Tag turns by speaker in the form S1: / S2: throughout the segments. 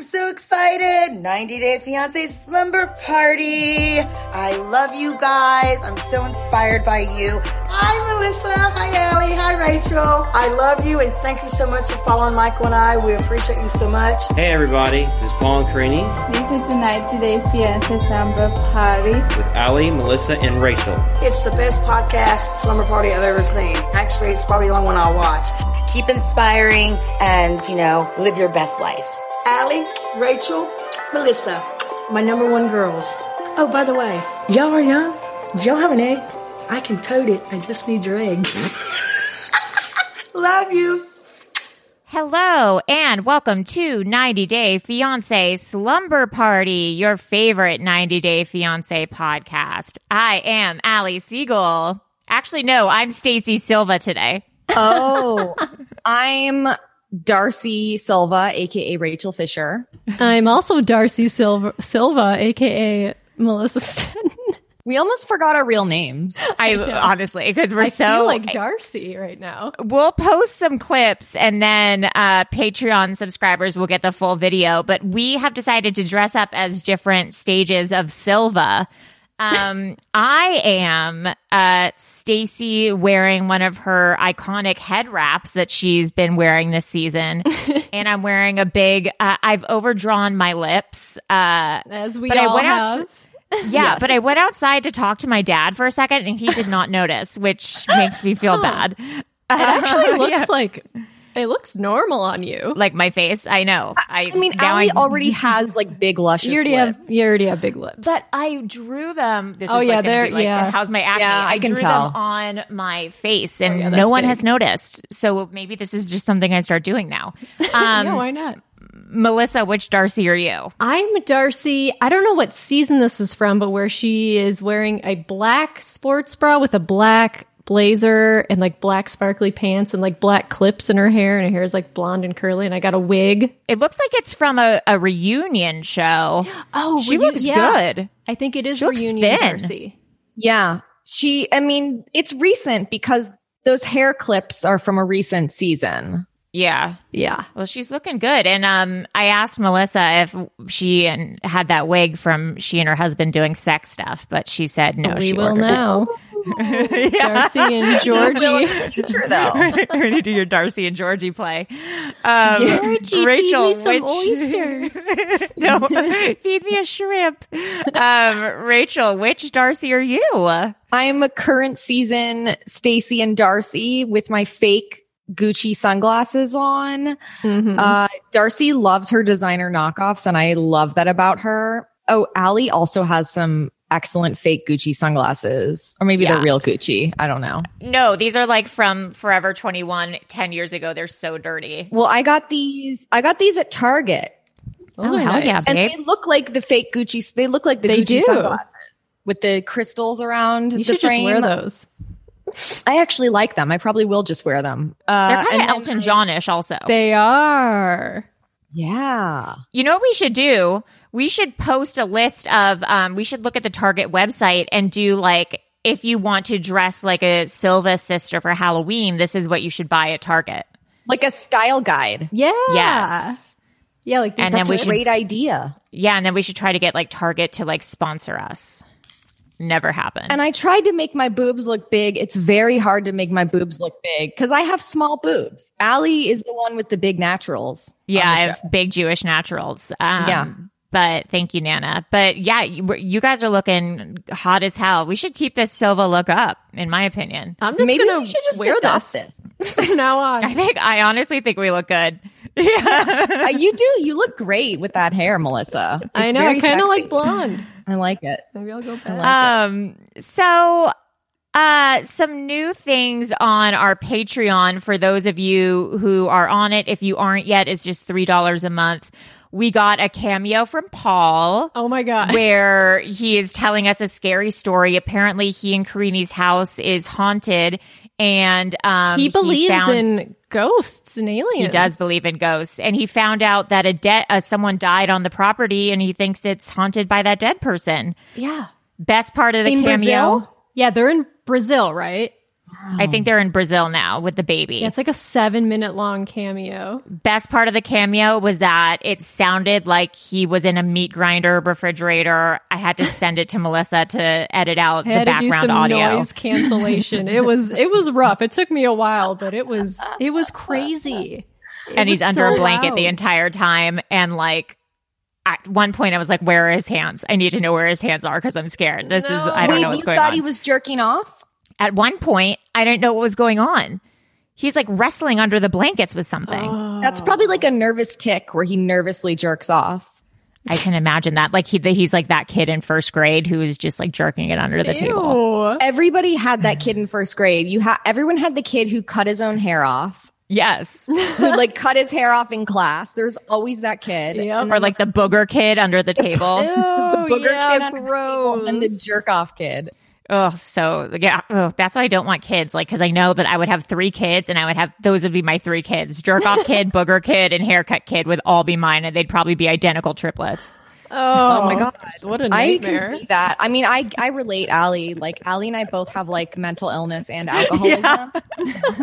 S1: I'm so excited! 90 Day Fiance Slumber Party! I love you guys. I'm so inspired by you. Hi, Melissa. Hi, Allie. Hi, Rachel. I love you and thank you so much for following Michael and I. We appreciate you so much.
S2: Hey everybody, this is Paul Carini
S3: This is the 90 Day Fiancé Samba Party.
S2: with Ali, Melissa, and Rachel.
S1: It's the best podcast slumber party I've ever seen. Actually, it's probably the only one I'll watch. Keep inspiring and, you know, live your best life. Allie, Rachel, Melissa, my number one girls. Oh, by the way, y'all are young. Do y'all have an egg? I can tote it. I just need your egg. Love you.
S4: Hello and welcome to 90 Day Fiancé Slumber Party, your favorite 90 Day Fiancé podcast. I am Allie Siegel. Actually, no, I'm Stacy Silva today.
S5: Oh, I'm Darcy Silva, aka Rachel Fisher.
S6: I'm also Darcy Silva, Silva aka Melissa Stanton.
S5: We almost forgot our real names.
S4: I honestly, because we're
S6: I
S4: so
S6: feel like Darcy right now.
S4: we'll post some clips and then uh, Patreon subscribers will get the full video. But we have decided to dress up as different stages of Silva. Um, I am uh, Stacy wearing one of her iconic head wraps that she's been wearing this season, and I'm wearing a big. Uh, I've overdrawn my lips. Uh,
S6: As we
S4: But I
S6: all
S4: went out-
S6: have.
S4: yeah, but I went outside to talk to my dad for a second, and he did not notice, which makes me feel bad.
S6: It actually looks
S4: Yeah
S6: like it looks normal on you.
S4: like my face. I know. I,
S5: I mean,
S4: now
S5: Ali
S4: I'm-
S5: already has like big luscious.
S6: You already
S5: lips.
S6: have you already have big lips.
S4: But I drew them. This
S6: Oh,
S4: is
S6: yeah,
S4: like they're
S6: they're-
S4: like,
S6: yeah.
S4: How's my acne?
S5: Yeah, I can
S4: drew
S5: tell.
S4: them on my face, and
S6: Oh, yeah,
S4: no
S6: that's
S4: one
S6: big.
S4: has noticed. So maybe this is just something I start doing now. Um,
S6: yeah, why not?
S4: Melissa, which Darcy are you?
S6: I'm Darcy. I don't know what season this is from, but where she is wearing a black sports bra with a black blazer and like black sparkly pants and like black clips in her hair and her hair is like blonde and curly and I got a wig.
S4: It looks like it's from a, a reunion show.
S6: Oh,
S4: she
S6: reu-
S4: looks
S6: yeah.
S4: good.
S6: I think it is
S4: She looks
S6: reunion
S4: thin.
S6: Darcy.
S5: Yeah. She, I mean, it's recent because those hair clips are from a recent season.
S4: Yeah.
S6: Yeah.
S4: Well, she's looking good, and um, I asked Melissa if she and had that wig from she and her husband doing sex stuff, but she said no.
S6: we
S4: she
S6: will
S4: ordered it.
S6: know.
S5: Oh.
S6: Darcy and
S5: Well, in
S6: Georgie.
S5: the future, though.
S4: We're gonna do your Darcy and Georgie play. Um,
S6: feed me
S4: Rachel,
S6: some
S4: which-
S6: oysters.
S4: no, feed me a shrimp. Um, Rachel, which Darcy are you?
S5: I'm a current season Stacy and Darcy with my fake Gucci sunglasses on.
S6: Mhm.
S5: Uh, Darcy loves her designer knockoffs, and I love that about her. Oh, Allie also has some excellent fake Gucci sunglasses, or maybe
S4: Yeah.
S5: they're real Gucci. I don't know.
S4: No, these are like from Forever 21, 10 years ago. They're so dirty.
S5: Well, I got these. I got these at Target,
S6: Those
S4: Oh,
S6: are
S4: hell
S6: nice.
S4: yeah,
S5: and
S4: Babe.
S5: they look like the fake Gucci. They look like the
S6: They
S5: Gucci
S6: do.
S5: sunglasses with the crystals around
S6: You
S5: the
S6: should just
S5: frame.
S6: wear those.
S5: I actually like them. I probably will just wear them. Uh,
S4: They're kind
S5: and
S4: of
S5: then
S4: Elton
S5: I-
S4: Johnish, also.
S6: They are.
S5: Yeah.
S4: You know what we should do? We should post a list of um we should look at the Target website and do like if you want to dress like a Silva sister for Halloween, this is what you should buy at Target.
S5: like a style guide.
S6: Yeah.
S4: Yes.
S6: Yeah, like
S4: And
S6: that's
S4: then we
S6: a
S4: should
S5: Great idea.
S4: Yeah, and then we should try to get like Target to like sponsor us.
S2: Never happened.
S4: And I tried to make my boobs look big. It's very hard to make my boobs look big because I have small boobs. Allie is the one with the big naturals.
S2: Yeah, I have big Jewish naturals. Um, yeah. But thank you, Nana. But yeah, you, we're- you guys are looking hot as hell. We should keep this Silva look up, in my opinion.
S7: I'm just
S4: Maybe
S7: gonna
S4: we should just
S7: wear
S4: adopt
S7: this. From now on.
S2: I think I honestly think we look good.
S4: Uh, you do. You look great with that hair, Melissa.
S7: I
S4: It's
S7: know.
S4: very
S7: I kind of
S4: sexy.
S7: like blonde.
S4: I like it.
S7: Maybe I'll go back.
S2: Um, so uh some new things on our Patreon for those of you who are on it. If you aren't yet, it's just three dollars a month. We got a cameo from Paul.
S7: oh my god.
S2: where he is telling us a scary story. Apparently, he and Karini's house is haunted, and um,
S7: he believes
S2: found-
S7: in ghosts and aliens.
S2: He does believe in ghosts, and he found out that a debt uh, someone died on the property, and he thinks it's haunted by that dead person.
S7: Yeah.
S2: Best part of the
S7: in
S2: cameo,
S7: Brazil. Yeah, they're in Brazil, right?
S2: I think they're in Brazil now with the baby.
S7: Yeah, it's like a seven minute long cameo.
S2: Best part of the cameo was that it sounded like he was in a meat grinder refrigerator. I had to send it to Melissa to edit out
S7: I
S2: the
S7: had to do
S2: background
S7: some
S2: audio.
S7: noise cancellation. it was it was rough. It took me a while, but it was it was crazy. It
S2: and he's
S7: was
S2: under
S7: so
S2: a blanket the
S7: loud.
S2: entire time. And like at one point, I was like, "Where are his hands? I need to know where his hands are because I'm scared. This is I don't
S4: Wait,
S2: know what's
S4: you
S2: going
S4: thought
S2: on."
S4: he was jerking off?
S2: at one point, I didn't know what was going on. He's like wrestling under the blankets with something.
S4: That's probably like a nervous tick where he nervously jerks off.
S2: I can imagine that. Like he, he's like that kid in first grade who is just like jerking it under the table.
S7: Ew.
S4: Everybody had that kid in first grade. You ha- everyone had the kid who cut his own hair off,
S2: Yes,
S4: who like cut his hair off in class. There's always that kid.
S7: Yep.
S4: And
S2: or like the booger kid under the table.
S7: Oh,
S4: booger
S7: yeah,
S4: kid under the table and the
S7: gross.
S4: jerk off kid.
S2: Oh, so yeah, oh, that's why I don't want kids. Like, because I know that I would have three kids, and I would have those would be my three kids: jerk off kid, booger kid, and haircut kid would all be mine, and they'd probably be identical triplets.
S7: Oh,
S4: my God.
S7: What a
S4: I
S7: nightmare.
S4: can see that. I mean, I I relate, Allie. Like Allie and I both have like mental illness and alcoholism.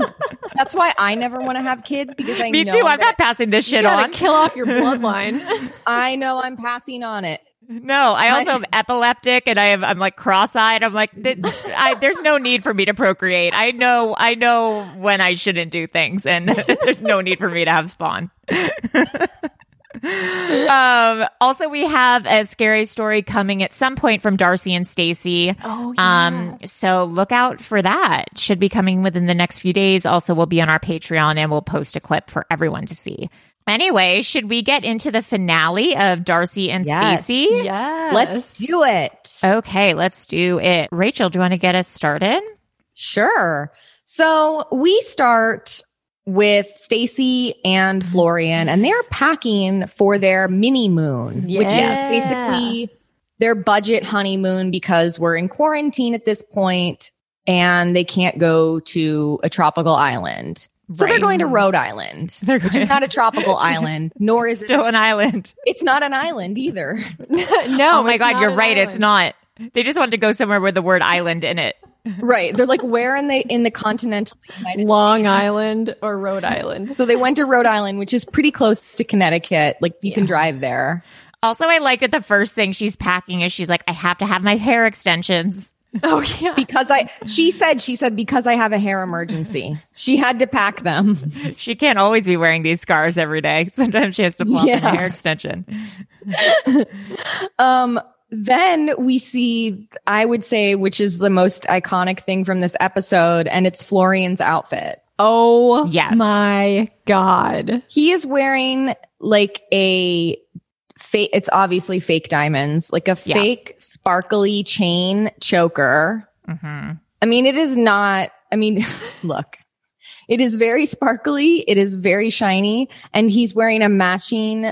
S4: That's why I never want to have kids because I
S2: Me
S4: know
S2: too. I'm not
S4: that
S2: passing this
S7: you
S2: shit
S7: gotta
S2: on.
S7: kill off your bloodline.
S4: I know I'm passing on it.
S2: no, I also am epileptic, and I have I'm like cross-eyed. I'm like, th- I, there's no need for me to procreate. I know, I know when I shouldn't do things, and there's no need for me to have spawn. um also we have a scary story coming at some point from darcy and stacy oh um so look out for that should be coming within the next few days also will be on our patreon and we'll post a clip for everyone to see anyway should we get into the finale of darcy and
S4: Yes.
S2: stacy
S7: yeah.
S4: Let's do it.
S2: okay let's do it rachel do you want to get us started
S4: Sure. So we start with Stacy and Florian, and they're packing for their mini moon, which
S7: Yes.
S4: is basically their budget honeymoon because we're in quarantine at this point and they can't go to a tropical island. So they're
S2: Right.
S4: going to Rhode Island,
S2: They're
S4: which is
S2: going-
S4: not a tropical island, nor is it.
S2: still an island
S4: It's not an island either.
S7: no.
S2: oh my
S7: it's
S2: god
S7: not
S2: you're
S7: an
S2: right it's
S7: island.
S2: not they just want to go somewhere with the word island in it
S4: right. They're like, where in the in the continental United
S7: Long Island or Rhode Island.
S4: So they went to Rhode Island, which is pretty close to Connecticut. Like you can drive there.
S2: Also, I like that the first thing she's packing is she's like, I have to have my hair extensions.
S7: Oh yeah.
S4: Because I she said, she said, because I have a hair emergency. She had to pack them.
S2: She can't always be wearing these scarves every day. Sometimes she has to plop in
S4: Yeah.
S2: a hair extension.
S4: Um then we see, I would say, which is the most iconic thing from this episode, and it's Florian's outfit.
S7: Oh
S2: Yes.
S7: my god.
S4: He is wearing like a fake, it's obviously fake diamonds, like a
S2: Yeah.
S4: fake sparkly chain choker.
S2: hmm
S4: I mean, it is not, I mean, look, it is very sparkly. It is very shiny. And he's wearing a matching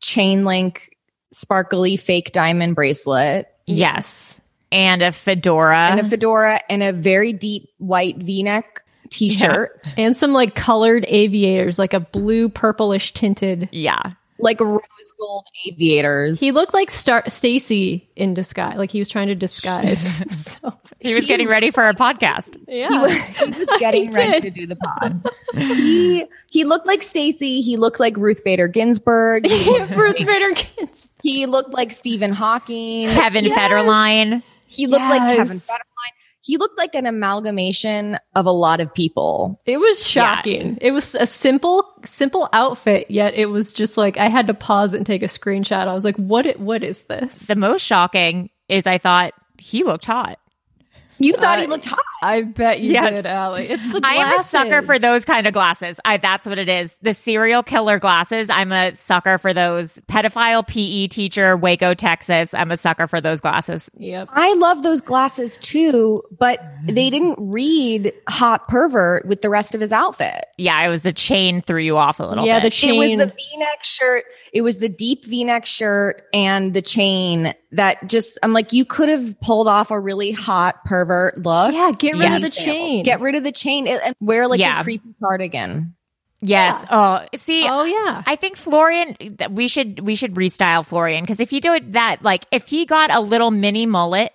S4: chain link sparkly fake diamond bracelet
S2: Yes. And a fedora.
S4: and a fedora and a very deep white v neck t shirt,
S7: And some like colored aviators, like a blue purplish tinted.
S2: yeah.
S4: like rose gold aviators.
S7: He looked like Star Stacy in disguise. Like he was trying to disguise himself.
S2: He was getting ready for a podcast.
S4: he
S7: Yeah.
S4: was, he was getting
S7: He
S4: ready
S7: did.
S4: to do the pod. he, he looked like Stacy. He looked like Ruth Bader Ginsburg. He,
S7: Ruth Bader Ginsburg.
S4: he looked like Stephen Hawking.
S2: Kevin Federline. He looked like Kevin
S6: Yes.
S2: Federline. He looked like an amalgamation of a lot of people.
S6: It was shocking. It was a simple, simple outfit, yet it was just like I had to pause and take a screenshot. I was like, "What? i- What is this?"
S4: The most shocking is I thought he looked hot. Uh,
S2: You thought he looked hot.
S6: I bet you
S4: Yes.
S6: did, Allie. It's the
S4: I am a sucker for
S6: glasses.
S4: those kind of glasses. I that's what it is. The serial killer glasses. I'm a sucker for those. Pedophile PE teacher, Waco, Texas. I'm a sucker for those glasses.
S6: Yep.
S2: I love those glasses too, but they didn't read hot pervert with the rest of his outfit.
S4: Yeah, it was the chain threw you off a little
S6: Yeah,
S4: bit.
S6: the chain.
S2: It was the V-neck shirt. It was the deep V-neck shirt and the chain that just. I'm like, you could have pulled off a really hot pervert look.
S6: yeah, get rid of the
S4: Yes.
S6: chain.
S2: Get rid of the chain and and wear like
S4: Yeah.
S2: a creepy cardigan.
S4: Yes. Oh, see,
S6: oh yeah.
S4: I think Florian. that We should we should restyle Florian because if you do it that, like if he got a little mini mullet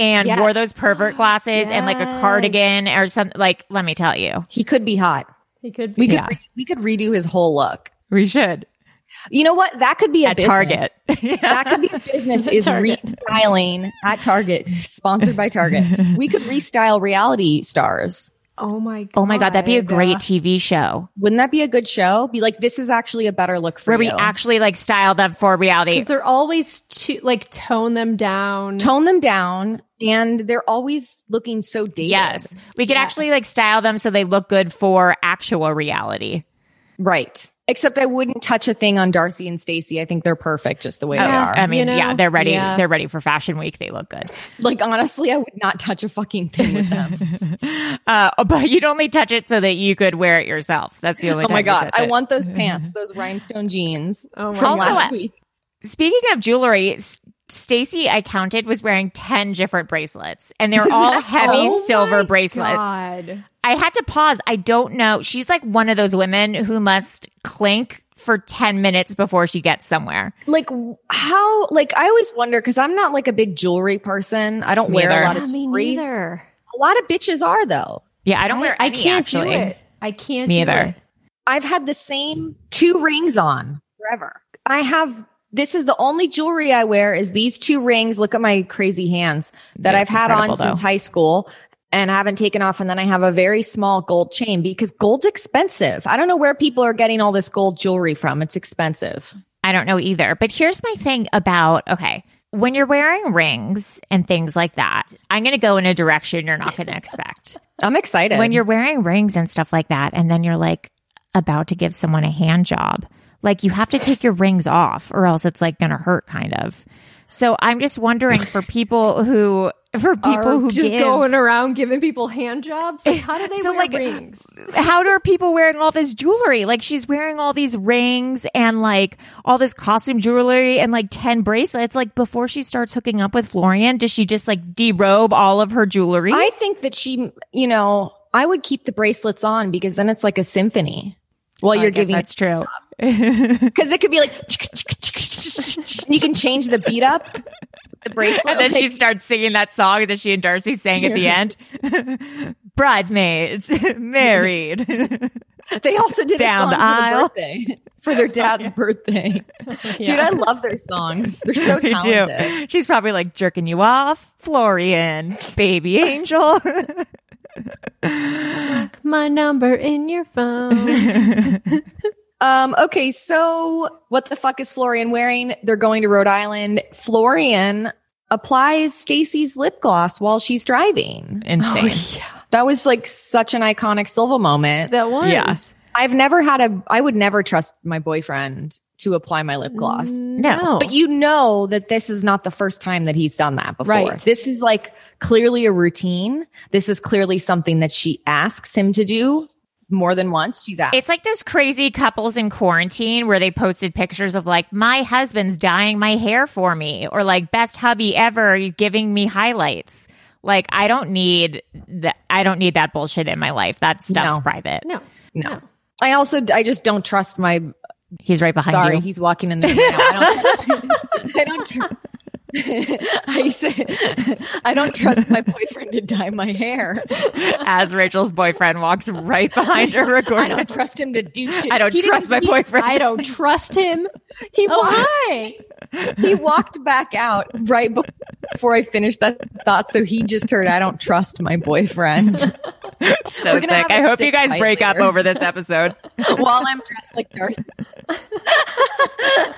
S4: and
S2: Yes.
S4: wore those pervert glasses and like a
S6: Yes.
S4: cardigan or something, like let me tell you,
S2: He could be hot.
S6: He could.
S2: We
S6: Be,
S2: could
S4: Yeah.
S2: re- we could redo his whole look.
S4: we should
S2: You know what? That could be a
S4: at
S2: business.
S4: Target.
S2: That could be a business is
S6: Target.
S2: restyling at Target, sponsored by Target. We could restyle reality stars.
S6: oh my. god.
S4: oh my god, that'd be a great TV show
S2: Wouldn't that be a good show? Be like, this is actually a better look for
S4: where we
S2: you.
S4: actually like style them for reality.
S6: Because they're always to like tone them down.
S2: tone them down, and they're always looking so dated.
S4: Yes, we could actually
S6: Yes.
S4: like style them so they look good for actual reality.
S2: right. Except I wouldn't touch a thing on Darcy and Stacy. I think they're perfect just the way
S4: Oh,
S2: they are.
S4: I mean,
S6: you know?
S4: yeah, they're ready.
S6: Yeah.
S4: They're ready for Fashion Week. They look good.
S2: Like honestly, I would not touch a fucking thing with them.
S4: Uh, but you'd only touch it so that you could wear it yourself. That's the only.
S2: oh
S4: time
S2: my
S4: you
S2: god,
S4: touch
S2: I
S4: it.
S2: want those pants, those rhinestone jeans.
S6: Oh my
S2: from
S4: Also,
S2: last
S4: uh,
S2: week.
S4: Speaking of jewelry, S- Stacy, I counted was wearing ten different bracelets, and they're all heavy
S6: Oh
S4: silver
S6: my
S4: bracelets.
S6: God.
S4: I had to pause. I don't know. She's like one of those women who must clink for ten minutes before she gets somewhere.
S2: like w- how like i always wonder because i'm not like a big jewelry person i don't wear
S4: Neither.
S2: a lot
S6: Yeah,
S2: of
S6: me
S2: jewelry a
S6: neither.
S2: lot of bitches are though
S4: Yeah, I don't wear.
S6: I
S4: any,
S6: can't
S4: actually.
S6: do it. I can't
S4: Me
S6: do
S4: either.
S6: it.
S2: i've had the same two rings on forever i have this is the only jewelry i wear is these two rings look at my crazy hands that
S4: They're
S2: i've had on
S4: incredible,
S2: since
S4: though.
S2: high school and I haven't taken off and then i have a very small gold chain because gold's expensive i don't know where people are getting all this gold jewelry from it's expensive
S4: I don't know either. But here's my thing about okay, when you're wearing rings and things like that, I'm going to go in a direction you're not going to expect.
S2: i'm excited
S4: when you're wearing rings and stuff like that, and then you're like about to give someone a hand job, like you have to take your rings off or else it's like going to hurt, kind of. So I'm just wondering for people who, for people
S6: Are
S4: who
S6: just
S4: give,
S6: going around giving people hand jobs. Like, how do they
S4: So,
S6: wear
S4: like, uh,
S6: rings?
S4: how are people wearing all this jewelry? Like she's wearing all these rings and like all this costume jewelry and like 10 bracelets. Like before she starts hooking up with Florian, does she just like derobe all of her jewelry?
S2: I think that she, you know, I would keep the bracelets on because then it's like a symphony while
S4: Oh, I
S2: you're
S4: guess
S2: giving
S4: that's true.
S2: because it could be like and you can change the beat up with the bracelet.
S4: And then
S2: Like,
S4: she starts singing that song that she and Darcy sang at the end. Bridesmaids, married.
S2: they also did
S4: down
S2: a
S4: the
S2: song for their
S4: aisle.
S2: birthday for their dad's birthday. Dude, I love their songs. They're so
S4: Me
S2: talented.
S4: too. She's probably like jerking you off. Florian, baby angel.
S6: My number in your phone.
S2: Um, okay, so what the fuck is Florian wearing? They're going to Rhode Island. Florian applies Stacy's lip gloss while she's driving.
S4: Insane.
S2: That was like such an iconic Silva moment.
S6: that was.
S4: Yeah.
S2: I've never had a, I would never trust my boyfriend to apply my lip gloss.
S6: Mm.
S4: No.
S2: But you know that this is not the first time that he's done that before.
S6: Right.
S2: This is like clearly a routine. This is clearly something that she asks him to do more than once. She's asked.
S4: It's like those crazy couples in quarantine where they posted pictures of like my husband's dyeing my hair for me or like best hubby ever giving me highlights. Like I don't need that I don't need that bullshit in my life. That stuff's
S2: No.
S4: private.
S6: no.
S2: no. I also, I just don't trust my,
S4: He's right behind
S2: sorry,
S4: you.
S2: he's walking in there. Now. I don't, I don't tr- I say, I don't trust my boyfriend to dye my hair.
S4: As Rachel's boyfriend walks right behind her
S2: I
S4: recording.
S2: don't trust him to do shit.
S4: I don't
S2: He didn't-
S4: trust my
S2: he-
S4: boyfriend.
S6: I don't trust him.
S2: He
S6: Oh,
S2: walked,
S6: hi.
S2: he walked back out right before before I finish that thought. So he just heard, I don't trust my boyfriend.
S4: so sick. I hope you guys break up over this episode.
S2: While I'm dressed like Darcy.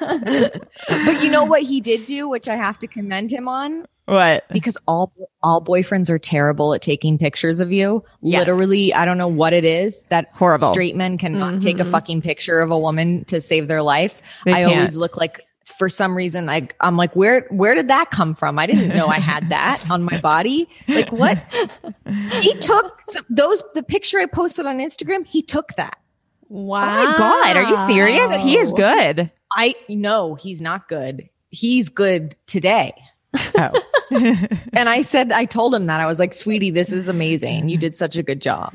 S2: but you know what he did do, which I have to commend him on?
S4: What?
S2: Because all all boyfriends are terrible at taking pictures of you. Yes. Literally, I don't know what it is that
S4: horrible
S2: straight men cannot mm-hmm. take a fucking picture of a woman to save their life.
S4: They
S2: I
S4: can't.
S2: always look like for some reason I I'm like where where did that come from? I didn't know I had that on my body. Like what? He took some, those the picture I posted on Instagram. He took that.
S4: Wow. Oh my god, are you serious? He is good.
S2: I no, he's not good. He's good today. Oh. and I said I told him that. I was like, "Sweetie, this is amazing. You did such a good job."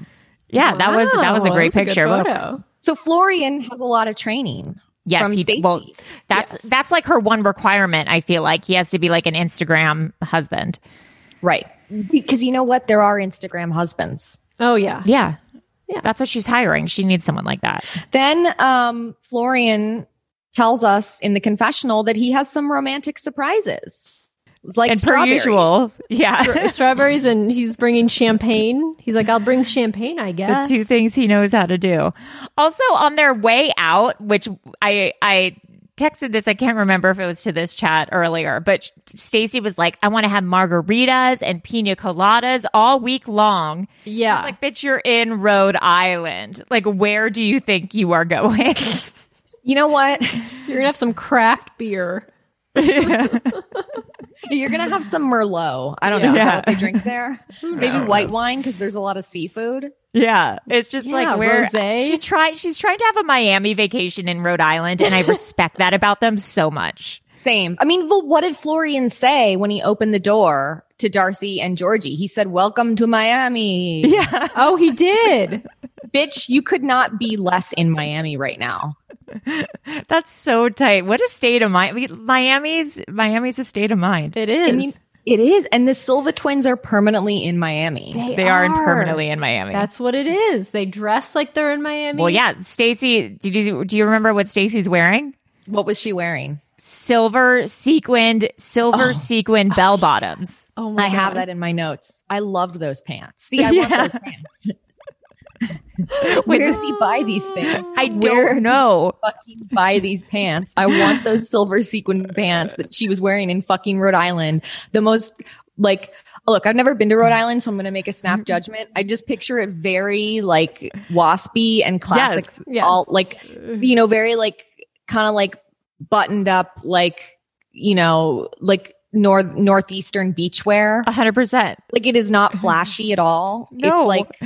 S4: Yeah, wow. that was that was a great was picture. A
S2: so Florian has a lot of training.
S4: Yes,
S2: he Stacey.
S4: well that's
S2: yes.
S4: that's like her one requirement. I feel like he has to be like an Instagram husband,
S2: right? Because you know what, there are Instagram husbands.
S6: Oh yeah,
S4: yeah, yeah. That's what she's hiring. She needs someone like that.
S2: Then um, Florian tells us in the confessional that he has some romantic surprises. Like
S4: and per usual, yeah,
S6: Stra- strawberries, and he's bringing champagne. He's like, "I'll bring champagne, I guess."
S4: The two things he knows how to do. Also, on their way out, which I I texted this. I can't remember if it was to this chat earlier, but Stacy was like, "I want to have margaritas and pina coladas all week long."
S6: Yeah,
S4: I'm like, bitch, you're in Rhode Island. Like, where do you think you are going?
S2: you know what?
S6: You're gonna have some craft beer.
S2: You're gonna have some Merlot. I don't know yeah. what they drink there. Maybe white wine because there's a lot of seafood.
S4: Yeah, it's just
S6: yeah,
S4: like where
S6: rosé.
S4: she tried. She's trying to have a Miami vacation in Rhode Island, and I respect that about them so much.
S2: Same. I mean, well, what did Florian say when he opened the door to Darcy and Georgie? He said, "Welcome to Miami."
S4: Yeah.
S6: Oh, he did.
S2: Bitch, you could not be less in Miami right now.
S4: That's so tight. What a state of mind. Miami's Miami's a state of mind.
S6: It is. I mean,
S2: it is. And the Silva twins are permanently in Miami.
S4: They, they are. are. permanently in Miami.
S6: That's what it is. They dress like they're in Miami.
S4: Well, yeah. Stacy, did you do you remember what Stacy's wearing?
S2: What was she wearing?
S4: Silver sequined, silver oh. sequined bell bottoms.
S2: Oh, oh my I God. have that in my notes. I loved those pants. See, I yeah. love those pants. Where did he buy these things?
S4: I don't Where know.
S2: fucking buy these pants. I want those silver sequin pants that she was wearing in fucking Rhode Island. The most like look, I've never been to Rhode Island, so I'm gonna make a
S4: Mm-hmm.
S2: snap judgment. I just picture it very like waspy and classic
S4: yes, yes.
S2: all like you know, very like kind of like buttoned up, like you know, like north northeastern beachwear.
S4: hundred percent.
S2: Like it is not flashy at all.
S4: Uh, No.
S2: It's like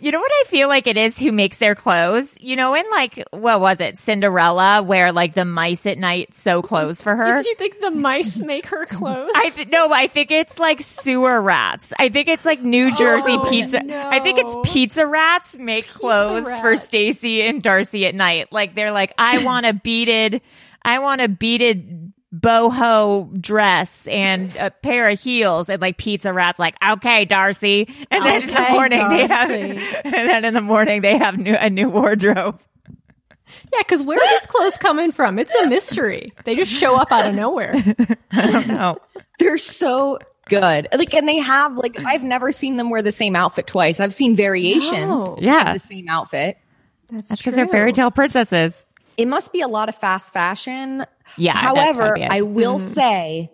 S4: you know what I feel like it is who makes their clothes? You know, in like, what was it, Cinderella, where like the mice at night sew clothes for her?
S6: Did you think the mice make her clothes?
S4: I th- No, I think it's like sewer rats. I think it's like New Jersey
S6: oh,
S4: pizza.
S6: No.
S4: I think it's pizza rats make
S6: pizza
S4: clothes
S6: rat.
S4: for Stacy and Darcy at night. Like they're like, I want a beaded, I want a beaded boho dress and a pair of heels and like pizza rats like okay darcy and then
S6: Okay,
S4: in the morning they have
S6: Darcy.
S4: and then in the morning they have new, a new wardrobe
S6: Yeah, because where are these clothes coming from? It's a mystery. They just show up out of nowhere.
S4: i don't know
S2: They're so good. Like, and they have like I've never seen them wear the same outfit twice. I've seen variations
S6: No.
S4: Yeah.
S2: of the same outfit.
S4: that's because they're fairy tale princesses
S2: It must be a lot of fast fashion.
S4: yeah that's gotta
S2: However,
S4: be it.
S2: I will say,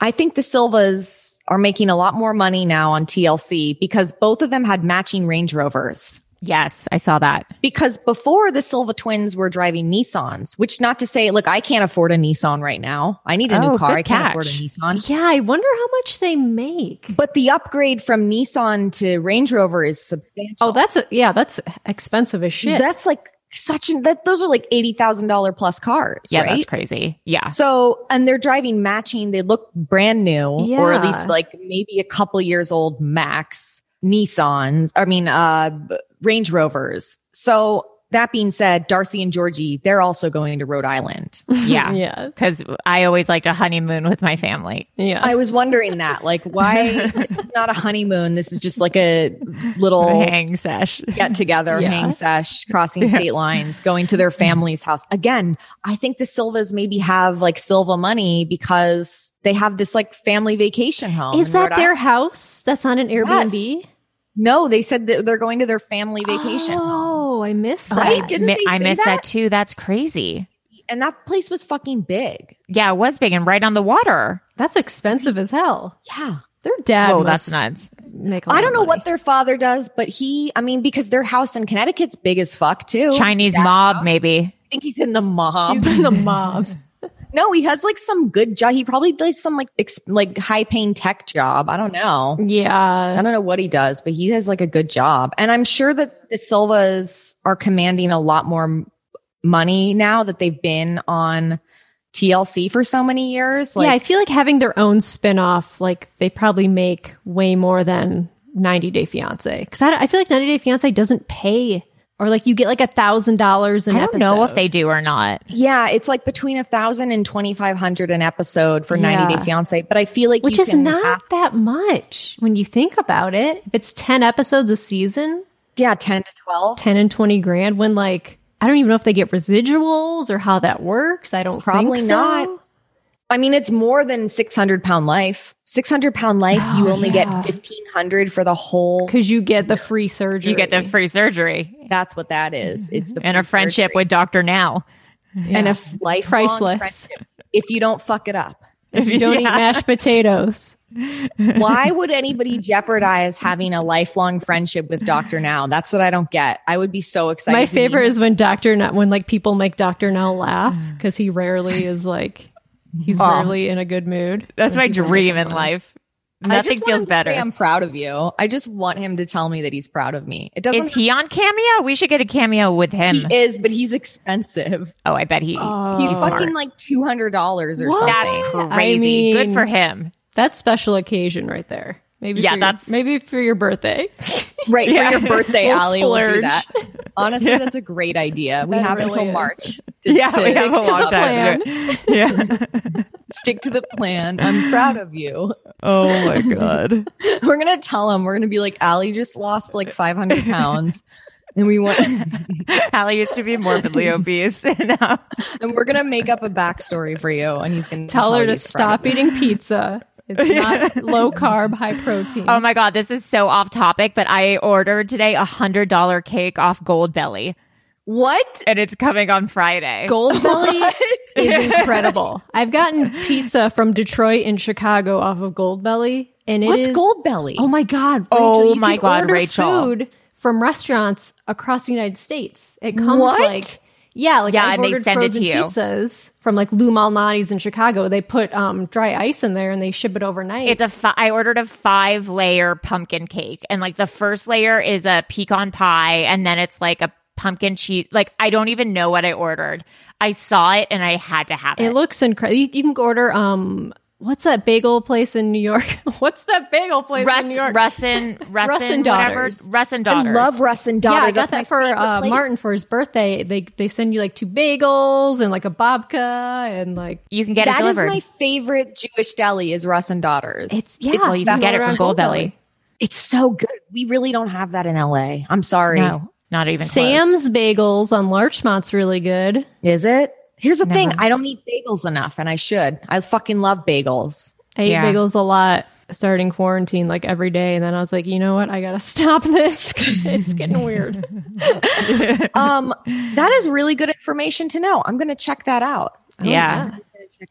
S2: I think the Silvas are making a lot more money now on TLC because both of them had matching Range Rovers.
S4: yes i saw that
S2: Because before the Silva twins were driving Nissans, which not to say, look, I can't afford a Nissan right now. I need a
S4: Oh,
S2: new car.
S4: good
S2: I can't afford a
S4: catch.
S2: Nissan.
S6: Yeah, I wonder how much they make.
S2: But the upgrade from Nissan to Range Rover is substantial.
S6: Oh, that's a, yeah, that's expensive as shit.
S2: That's like such an that those are like eighty thousand dollar plus cars.
S4: yeah
S2: right?
S4: that's crazy yeah
S2: So, and they're driving matching. They look brand new, or at
S6: Yeah.
S2: least like maybe a couple years old max Nissans. I mean, uh, b- Range Rovers. So that being said, Darcy and Georgie, they're also going to Rhode Island.
S4: Yeah. yeah. Because I always like to honeymoon with my family.
S2: Yeah. I was wondering that. Like, why this is not a honeymoon. This is just like a little
S4: hang sesh.
S2: Get together, yeah. hang sesh, crossing yeah. state lines, going to their
S6: Mm-hmm.
S2: family's house. Again, I think the Silvas maybe have like Silva money because they have this like family vacation home.
S6: Is that Rhode their I- house? That's on an Airbnb? Yes.
S2: No, they said that they're going to their family vacation.
S6: Oh, I missed that. Right?
S4: I, mi- I missed that? that? too. That's crazy.
S2: And that place was fucking big.
S4: Yeah, it was big and right on the water.
S6: That's expensive as hell.
S2: Yeah.
S6: Their dad.
S4: Oh, that's nuts.
S2: Make I don't know money. what their father does, but he, I mean, because their house in Connecticut's big as fuck too.
S4: Chinese Dad's mob, house. maybe.
S2: I think he's in the mob.
S6: He's in the mob.
S2: No, he has like some good job. He probably does some like ex- like high paying tech job. I don't know.
S6: Yeah,
S2: I don't know what he does, but he has like a good job, and I'm sure that the Silvas are commanding a lot more m- money now that they've been on TLC for so many years.
S6: Like, yeah, I feel like having their own spinoff, like they probably make way more than 90 Day Fiance because I, I, feel like 90 Day Fiance doesn't pay or like you get like a thousand dollars an
S4: I don't
S6: episode.
S4: know if they do or not.
S2: Yeah, it's like between a thousand and twenty five hundred an episode for ninety yeah. day fiance. But I feel like
S6: which is not ask- that much when you think about it. If it's ten episodes a season,
S2: yeah, ten to twelve,
S6: ten and twenty grand. When like I don't even know if they get residuals or how that works. I don't
S2: probably
S6: so.
S2: not. I mean, it's more than six hundred pound life. Six hundred pound life, oh, you only yeah. get fifteen hundred for the whole
S6: because you get the free surgery.
S4: You get the free surgery.
S2: That's what that is. It's the
S4: and a friendship surgery. with Doctor Now,
S2: yeah. and a life
S6: priceless. Friendship
S2: if you don't fuck it up,
S6: if you don't yeah. eat mashed potatoes.
S2: Why would anybody jeopardize having a lifelong friendship with Doctor Now? That's what I don't get. I would be so excited.
S6: My favorite is when Doctor Now, when like people make Doctor Now laugh because he rarely is like. He's oh, rarely in a good mood.
S4: That's my dream in life. Nothing feels better.
S2: I'm proud of you. I just want him to tell me that he's proud of me. It doesn't.
S4: Is he on cameo? We should get a cameo with him.
S2: He is, but he's expensive.
S4: Oh, I bet he.
S2: Oh, he's, he's fucking like two hundred dollars or what? something.
S4: That's crazy. I mean, good for him.
S6: That's special occasion right there. Maybe
S4: yeah,
S6: your,
S4: that's
S6: maybe for your birthday.
S2: right yeah. for your birthday, Ali. We'll do that. Honestly, yeah. that's a great idea. We that have really until is. March.
S4: yeah, we have a long time.
S2: Yeah, stick to the plan. I'm proud of you.
S4: Oh my god.
S2: we're gonna tell him. We're gonna be like, Ali just lost like 500 pounds. And we want.
S4: Allie used to be morbidly obese, now.
S2: and we're gonna make up a backstory for you. And he's gonna
S6: tell, tell her to stop proud. eating pizza. It's not low carb, high protein.
S4: Oh my god, this is so off topic, but I ordered today a hundred dollar cake off Gold Belly.
S2: What?
S4: And it's coming on Friday.
S6: Gold Belly is incredible. I've gotten pizza from Detroit and Chicago off of Gold Belly, and it
S2: What's is, Gold Belly?
S6: Oh my god! Rachel,
S4: oh my god, Rachel!
S6: Food from restaurants across the United States. It comes what? like. Yeah, like yeah, I've ordered frozen pizzas from like Lou Malnati's in Chicago. They put um, dry ice in there and they ship it overnight.
S4: It's a fi- I ordered a five layer pumpkin cake, and like the first layer is a pecan pie, and then it's like a pumpkin cheese. Like I don't even know what I ordered. I saw it and I had to have it.
S6: It looks incredible. You, you, can order um. What's that bagel place in New York? what's that bagel place
S4: Russ,
S6: in New York?
S4: Russ and Russ, Russ and whatever. Russ and daughters.
S2: I love Russ and daughters.
S6: Yeah, I got that for uh, Martin for his birthday. They they send you like two bagels and like a babka and like
S4: you can get
S2: that
S4: it delivered.
S2: is my favorite Jewish deli is Russ and daughters.
S4: It's yeah, it's, you can get it from Gold Belly. Belly.
S2: It's so good. We really don't have that in LA. I'm sorry.
S4: No, not even
S6: Sam's close. bagels on Larchmont's really good.
S2: Is it? Here's the Never. thing: I don't eat bagels enough, and I should. I fucking love bagels.
S6: I yeah. ate bagels a lot starting quarantine, like every day, and then I was like, you know what? I gotta stop this because it's getting weird.
S2: um, that is really good information to know. I'm gonna check that out.
S4: Oh, yeah. yeah.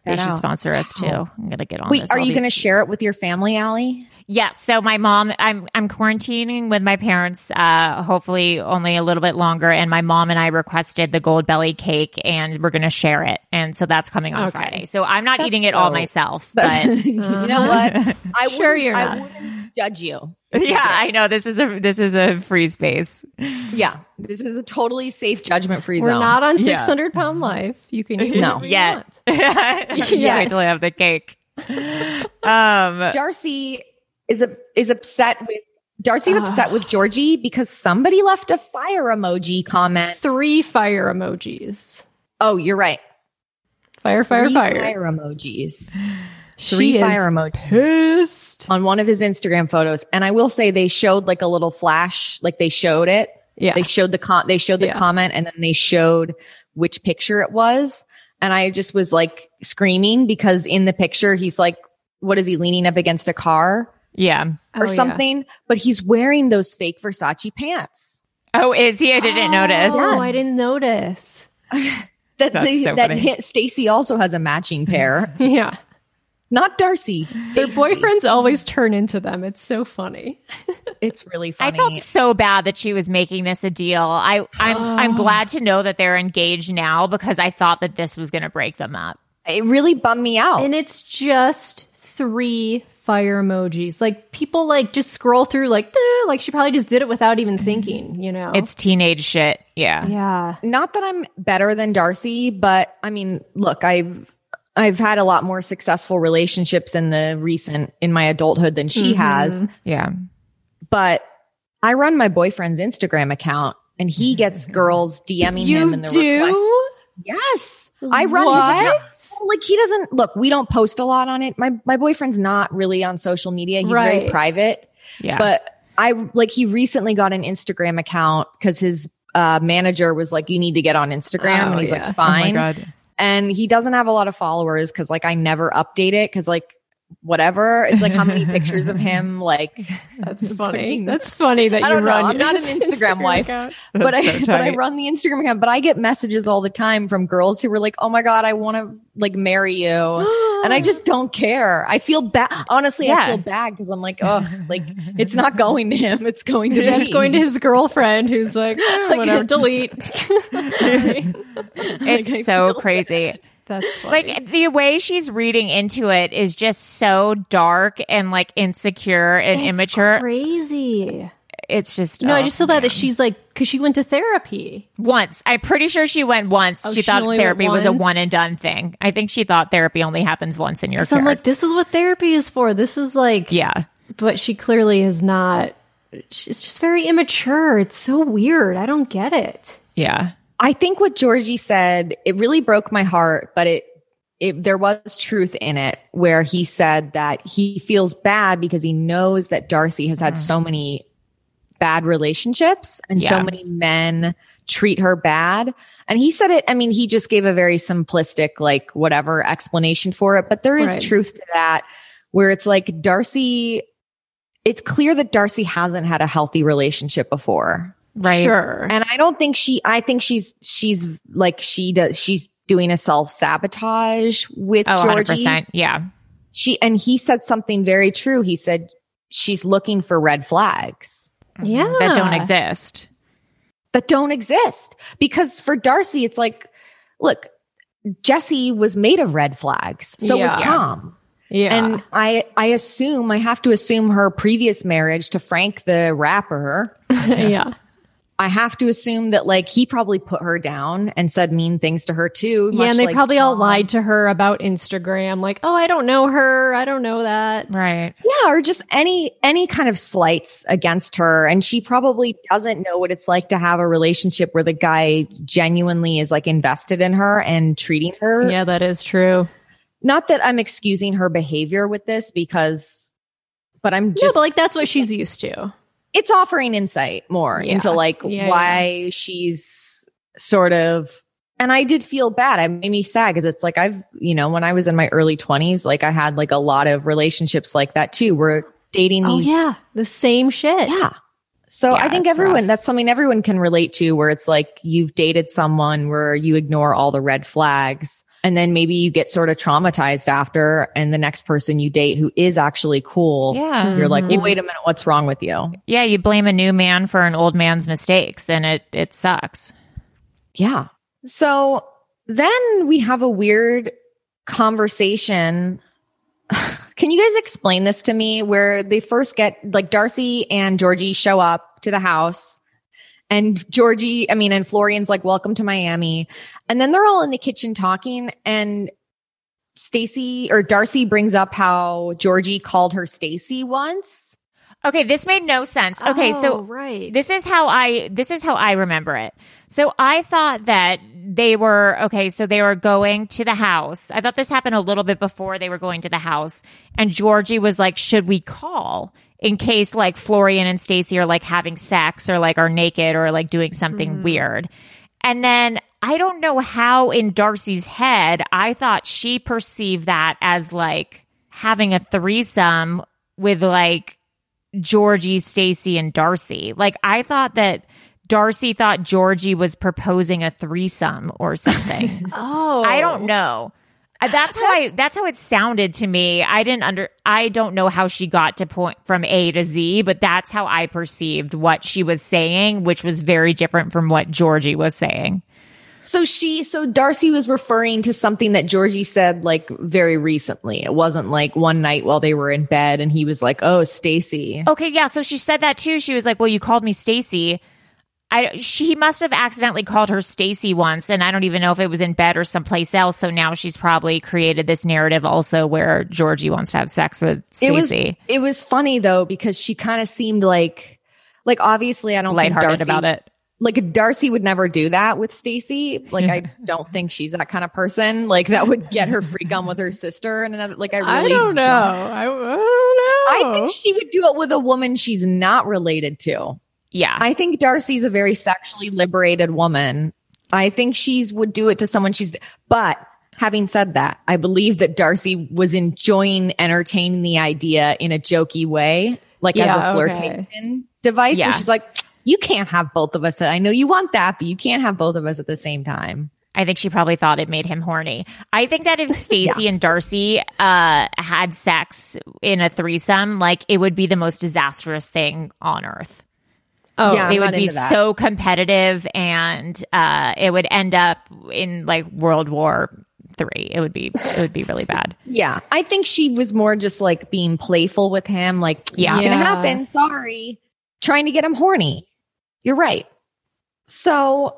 S4: They should out. sponsor us too. Wow. I'm gonna get on.
S2: Wait,
S4: this.
S2: are
S4: All
S2: you
S4: these-
S2: gonna share it with your family, Allie?
S4: Yes. Yeah, so my mom, I'm I'm quarantining with my parents. Uh, hopefully, only a little bit longer. And my mom and I requested the gold belly cake, and we're gonna share it. And so that's coming on okay. Friday. So I'm not that's eating so, it all myself, but
S2: you know what? I sure you're not. I wouldn't judge you.
S4: Yeah, I know this is a this is a free space.
S2: Yeah, this is a totally safe judgment free
S6: We're
S2: zone.
S6: not on six hundred yeah.
S4: Mm-hmm.
S6: pound life. You can eat
S2: no
S4: yet. yeah, until I have the cake.
S2: um, Darcy is a, is upset with Darcy's upset with Georgie because somebody left a fire emoji comment.
S6: Three fire emojis.
S2: Oh, you're right.
S6: Fire, fire,
S2: Three
S6: fire.
S2: fire emojis.
S6: She
S2: Three
S6: is
S2: fire emojis
S6: pissed.
S2: on one of his Instagram photos. And I will say they showed like a little flash, like they showed it.
S6: Yeah.
S2: They showed the con they showed the
S6: Yeah.
S2: comment and then they showed which picture it was. And I just was like screaming because in the picture he's like, what is he leaning up against a car
S4: Yeah.
S2: or
S6: Oh, yeah.
S2: something? But he's wearing those fake Versace pants.
S4: Oh, is he? I didn't notice.
S6: Oh,
S2: Yes.
S6: I didn't notice.
S2: That
S4: That's
S2: they,
S4: so
S2: that
S4: funny.
S2: hit- Stacy also has a matching pair.
S6: Yeah.
S2: Not Darcy.
S6: Their boyfriends always turn into them. It's so funny.
S2: It's really
S4: I
S2: funny.
S4: felt so bad that she was making this a deal. I, I'm I'm glad to know that they're engaged now because I thought that this was going to break them up.
S2: it really bummed me out.
S6: And it's just three fire emojis. Like people like just scroll through like "Duh," like she probably just did it without even thinking, you know.
S4: It's teenage shit. Yeah.
S6: yeah.
S2: not that I'm better than Darcy, but I mean, look, I've I've had a lot more successful relationships in the recent in my adulthood than
S6: Mm-hmm.
S2: she has,
S4: Yeah.
S2: but I run my boyfriend's Instagram account and he gets girls
S6: Mm-hmm.
S2: DMing him
S6: You
S2: in the request.
S6: do?
S2: Yes. I run his account. Well, Like he doesn't look, we don't post a lot on it. My my boyfriend's not really on social media. He's very
S6: Right.
S2: private.
S4: Yeah.
S2: But I like he recently got an Instagram account because his uh, manager was like, "You need to get on Instagram,"
S6: Oh,
S2: and he's
S6: yeah. Oh my
S2: like, "Fine." and he doesn't have a lot of followers because like I never update it because like whatever. It's like how many pictures of him like.
S6: That's funny. That's funny that
S2: I
S6: you
S2: don't know.
S6: run.
S2: I'm
S6: your
S2: not an Instagram wife.
S6: account.
S2: But I
S4: so
S2: but I
S4: tight.
S2: run the Instagram account. But I get messages all the time from girls who were like, "Oh my god, I want to like marry you." And I just don't care. I feel bad. Honestly, I
S4: Yeah.
S2: feel bad because I'm like, oh, like it's not going to him. It's going to
S6: Yeah,
S2: me.
S6: it's going to his girlfriend who's like, "Eh,
S2: Like-
S6: whatever, delete. Sorry.
S4: It's
S2: I
S4: so crazy.
S6: That's funny.
S4: Like the way she's reading into it is just so dark and like insecure and immature.
S6: Crazy.
S4: It's just
S6: No, I
S4: oh,
S6: just feel bad that she's like, because she went to therapy.
S4: once. I'm pretty sure she went once.
S6: Oh,
S4: she
S6: she
S4: thought
S6: only
S4: therapy
S6: went
S4: was a
S6: once?
S4: one and done thing. I think she thought therapy only happens once in your
S6: So
S4: career.
S6: I'm like, this is what therapy is for. This is like,
S4: yeah.
S6: but she clearly is not. She's just very immature. It's so weird. I don't get it.
S4: Yeah.
S2: I think what Georgie said, it really broke my heart, but it, it there was truth in it where he said that he feels bad because he knows that Darcy has
S4: Mm.
S2: had so many bad relationships and
S4: Yeah.
S2: so many men treat her bad. And he said it, I mean, he just gave a very simplistic, like whatever explanation for it, but there is
S6: Right.
S2: truth to that where it's like Darcy, it's clear that Darcy hasn't had a healthy relationship before
S4: Right.
S6: Sure.
S2: and i don't think she i think she's she's like she does she's doing a self-sabotage with
S4: Oh,
S2: georgie
S4: 100%. Yeah.
S2: she and he said something very true he said she's looking for red flags
S6: yeah.
S4: That don't exist.
S2: that don't exist because for darcy it's like look jesse was made of red flags so
S6: Yeah.
S2: was tom
S6: Yeah.
S2: and i i assume i have to assume her previous marriage to frank the rapper
S6: yeah.
S2: I have to assume that like he probably put her down and said mean things to her too.
S6: Yeah.
S2: much
S6: And they
S2: like
S6: probably all
S2: Tom.
S6: lied to her about Instagram. Like, oh, I don't know her. I don't know that.
S4: Right.
S2: Yeah, or just any any kind of slights against her. And she probably doesn't know what it's like to have a relationship where the guy genuinely is like invested in her and treating her.
S6: Yeah, that is true.
S2: Not that I'm excusing her behavior with this because but I'm
S6: no,
S2: just
S6: but like that's what she's used to.
S2: it's offering insight more
S6: Yeah.
S2: into like
S6: Yeah,
S2: why she's sort of and I did feel bad. I made me sad because it's like I've, you know, when I was in my early 20s, like I had like a lot of relationships like that too. We're dating
S6: Oh
S2: these.
S6: yeah, the same shit.
S2: Yeah. So
S4: Yeah,
S2: I think
S4: it's
S2: everyone,
S4: rough.
S2: that's something everyone can relate to where it's like you've dated someone where you ignore all the red flags and then maybe you get sort of traumatized after and the next person you date who is actually cool.
S4: Yeah.
S2: You're like, well,
S6: Mm-hmm.
S2: wait a minute, what's wrong with you?
S4: Yeah. You blame a new man for an old man's mistakes and it, it sucks.
S2: Yeah. So then we have a weird conversation. Can you guys explain this to me? Where they first get like Darcy and Georgie show up to the house, and Georgie, I mean, and Florian's like, "Welcome to Miami," and then they're all in the kitchen talking, and Stacy or Darcy brings up how Georgie called her Stacy once.
S4: Okay, this made no sense. Okay, so
S6: Oh, right.
S4: this is how I this is how I remember it. So I thought that they were okay, so they were going to the house. I thought this happened a little bit before they were going to the house and Georgie was like, "Should we call in case like Florian and Stacy are like having sex or like are naked or like doing something weird?" And then I don't know how in Darcy's head I thought she perceived that as like having a threesome with like Georgie, Stacy, and Darcy. Like I thought that Darcy thought Georgie was proposing a threesome or something.
S6: Oh,
S4: I don't know. Uh, That's how I that's how it sounded to me. I didn't under I don't know how she got to point from A to Z, but that's how I perceived what she was saying, which was very different from what Georgie was saying.
S2: So she, so Darcy was referring to something that Georgie said like very recently. It wasn't like one night while they were in bed and he was like, "Oh, Stacy."
S4: Okay, yeah. So she said that too. She was like, "Well, you called me Stacy." I she must have accidentally called her Stacy once, and I don't even know if it was in bed or someplace else. So now she's probably created this narrative also where Georgie wants to have sex with
S2: It was
S4: Stacy.
S2: it was funny though because she kind of seemed like like obviously I don't think
S4: Lighthearted
S2: Darcy,
S4: about it.
S2: Like Darcy would never do that with Stacy. Like I don't think she's that kind of person. Like that would get her freak on with her sister and another. Like I
S6: I
S2: really
S6: don't know. I, I
S2: I
S6: don't know.
S2: think she would do it with a woman she's not related to.
S4: Yeah,
S2: I think Darcy's a very sexually liberated woman. I think she's would do it to someone she's but having said that, I believe that Darcy was enjoying entertaining the idea in a jokey way, like as
S6: Yeah,
S2: a flirtation device
S4: Yeah.
S2: where she's like, You can't have both of us. I know you want that, but you can't have both of us at the same time.
S4: I think she probably thought it made him horny. I think that if Stacy and Darcy uh, had sex in a threesome, like it would be the most disastrous thing on earth.
S6: oh,
S2: Yeah.
S4: they
S2: I'm
S4: would
S2: not
S4: be
S2: into that.
S4: so competitive, and uh, it would end up in like World War Three. It would be it would be really bad.
S2: Yeah. I think she was more just like being playful with him, like, yeah,
S4: Yeah.
S2: it's gonna
S6: Yeah.
S2: happen. Sorry. Trying to get him horny. You're right. So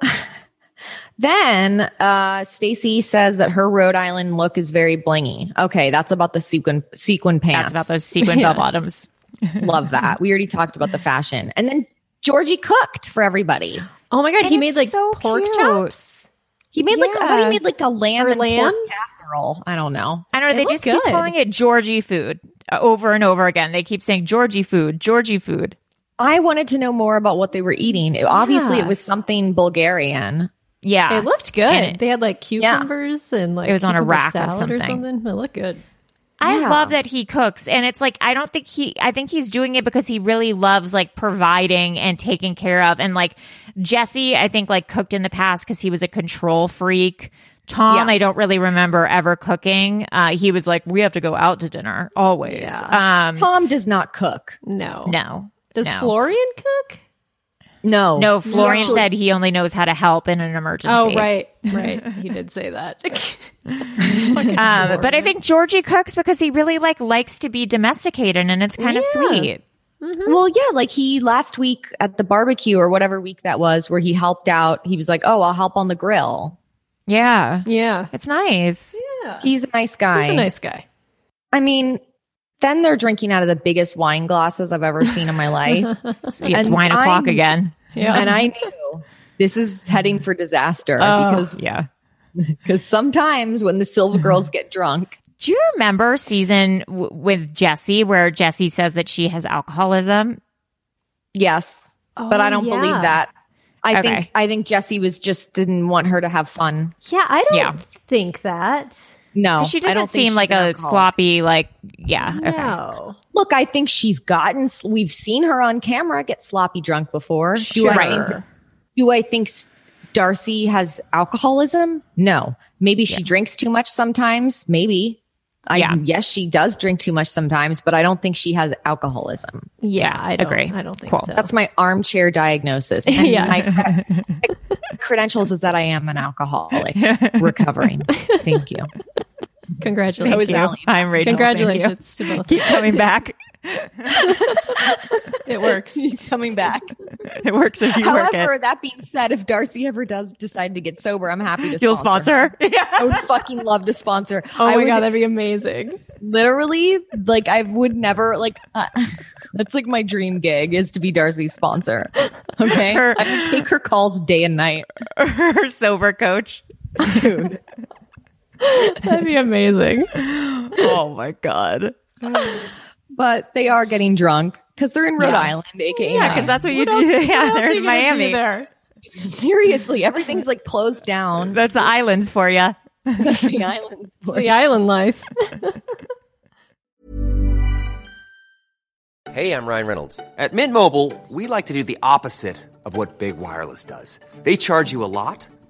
S2: then uh Stacy says that her Rhode Island look is very blingy. Okay, that's about the sequin sequin pants.
S4: That's about those sequin bell
S6: Yes.
S4: bottoms.
S2: Love that. We already talked about the fashion. And then Georgie cooked for everybody.
S6: oh my god,
S4: And
S6: he
S4: it's
S6: made like
S4: so
S6: pork
S4: cute.
S6: chops.
S2: He made like what he
S4: Yeah.
S2: made like a lamb
S6: Or
S2: and
S6: lamb?
S2: pork casserole. I don't know.
S4: I don't know.
S6: They
S4: They,
S6: look
S4: just
S6: good.
S4: keep calling it Georgie food uh, over and over again. They keep saying Georgie food, Georgie food.
S2: I wanted to know more about what they were eating. It- obviously,
S6: Yeah.
S2: it was something Bulgarian.
S4: Yeah,
S6: It looked good.
S4: And it-
S6: they had like cucumbers and like
S4: It was on a
S6: cucumber
S4: rack or
S6: salad or
S4: something.
S6: something. It looked good.
S4: I
S2: Yeah.
S4: love that he cooks. And it's like, I don't think he, I think he's doing it because he really loves like providing and taking care of. And like Jesse, I think like cooked in the past because he was a control freak. Tom,
S2: Yeah.
S4: I don't really remember ever cooking. Uh, he was like, we have to go out to dinner always. Um,
S2: Tom does not cook.
S6: No,
S4: no,
S6: Does
S4: no.
S6: Florian cook?
S2: No,
S4: no, Florian
S2: actually-
S4: said he only knows how to help in an emergency.
S6: Oh, right, right. he did say that. Fucking
S4: Um, but I
S6: Florian.
S4: think Georgie cooks because he really like likes to be domesticated and it's kind of sweet.
S2: Well, yeah, like he last week at the barbecue or whatever week that was, where he helped out. He was like, "Oh, I'll help on the grill."
S4: Yeah.
S6: yeah,
S4: It's nice.
S6: yeah.
S2: He's a nice guy.
S6: He's a nice guy.
S2: I mean, then they're drinking out of the biggest wine glasses I've ever seen in my life,
S4: It's, it's
S2: And
S4: wine o'clock
S2: I'm-
S4: again.
S6: Yeah,
S2: and I knew this is heading for disaster
S6: Oh.
S2: because
S4: Yeah.
S2: because sometimes when the Silver Girls get drunk,
S4: Do you remember season w- with Jesse where Jesse says that she has alcoholism?
S2: yes, but I
S6: Oh,
S2: don't
S6: yeah.
S2: believe that. I think
S4: Okay.
S2: I think Jesse was just didn't want her to have fun.
S6: Yeah, I don't
S4: Yeah.
S6: think that.
S2: No,
S4: 'Cause she
S2: I
S4: doesn't
S2: don't think
S4: seem
S2: she's
S4: like
S2: an
S4: a
S2: alcoholic.
S4: sloppy, like, yeah. Okay.
S6: No.
S2: Look, I think she's gotten. s- We've seen her on camera get sloppy drunk before. Do I
S4: Sure.
S2: think? Do I think s- Darcy has alcoholism? No. Maybe she drinks too much sometimes. Maybe. I,
S4: Yeah.
S2: Yes, she does drink too much sometimes, but I don't think she has alcoholism.
S6: Yeah,
S4: Yeah,
S6: I don't,
S4: agree.
S6: I don't think
S4: Cool.
S6: so.
S2: That's my armchair diagnosis. And my, my credentials is that I am an alcoholic recovering. Thank you.
S6: Congratulations.
S2: Thank you. Allie.
S4: I'm Rachel. Thank you.
S6: Congratulations to both.
S4: Keep coming back.
S6: It works.
S2: Coming back.
S4: It works if you
S2: However,
S4: work it.
S2: that being said, if Darcy ever does decide to get sober, I'm happy to
S4: You'll sponsor.
S2: I would fucking love to sponsor.
S6: Oh
S2: I
S6: my
S2: would
S6: god, that'd be amazing.
S2: literally like I would never like uh, That's like my dream gig is to be Darcy's sponsor. Okay. I would take her calls day and night.
S4: Her sober coach.
S2: Dude.
S6: That'd be amazing.
S4: Oh my God.
S2: But they are getting drunk because they're in Rhode
S4: Yeah.
S2: Island, aka.
S4: Yeah, because that's what you
S6: else-
S4: do. yeah,
S6: what else
S4: they're
S6: are you
S4: in
S6: gonna do
S4: Miami.
S6: there?
S2: seriously, everything's like closed down.
S4: That's the islands for you.
S2: the islands. for
S6: The island life.
S8: Hey, I'm Ryan Reynolds. At Mint Mobile, we like to do the opposite of what Big Wireless does. They charge you a lot,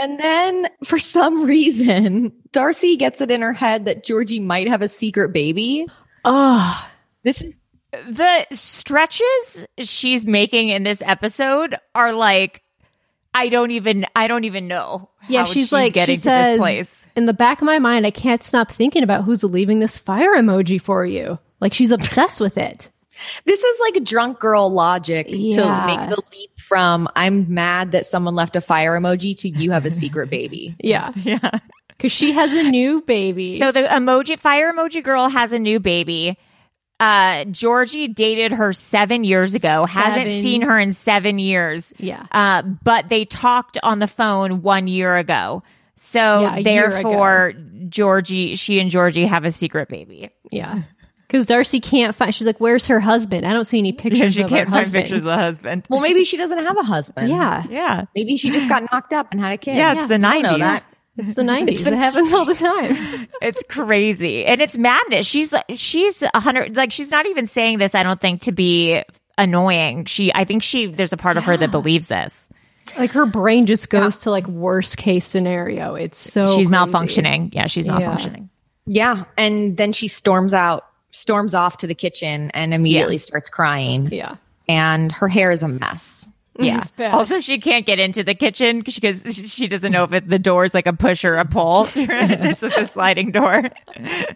S2: And then for some reason, Darcy gets it in her head that Georgie might have a secret baby.
S4: Oh,
S2: This is
S4: the stretches she's making in this episode are like I don't even I don't even know.
S6: Yeah,
S4: how
S6: she's, like
S4: getting
S6: she says,
S4: to this place.
S6: In the back of my mind, I can't stop thinking about who's leaving this fire emoji for you. Like she's obsessed with it.
S2: this is like drunk girl logic
S6: Yeah.
S2: to make the leap from I'm mad that someone left a fire emoji to you have a secret baby.
S6: Yeah,
S4: Yeah.
S6: because she has a new baby.
S4: So the emoji fire emoji girl has a new baby. Uh Georgie dated her 7 years ago. has Hasn't
S6: Seven.
S4: seen her in 7 years.
S6: yeah,
S4: Uh but they talked on the phone 1 year ago. So
S6: Yeah, a year ago.
S4: therefore Georgie she and Georgie have a secret baby.
S6: yeah. Because Darcy can't find. She's like, "Where's her husband? I don't see any pictures
S4: she
S6: of
S4: can't
S6: her
S4: find
S6: husband."
S4: pictures of the husband.
S2: Well, maybe she doesn't have a husband.
S6: yeah,
S4: yeah.
S2: Maybe she just got knocked up and had a kid.
S4: Yeah, it's the
S2: I don't know
S4: 90s.
S2: that.
S6: it's the '90s. it happens all the time.
S4: It's crazy. And it's madness. She's like she's a hundred like she's not even saying this, I don't think, to be annoying. She I think she there's a part of her that believes this.
S6: Like her brain just goes to like worst case scenario. It's so
S4: she's
S6: crazy.
S4: malfunctioning. Yeah, she's malfunctioning.
S2: Yeah. And then she storms out, storms off to the kitchen and immediately starts crying.
S6: Yeah,
S2: And her hair is a mess.
S4: Yeah.
S6: It's bad.
S4: Also, she can't get into the kitchen because she doesn't know if it, the door is like a push or a pull. it's like a sliding door.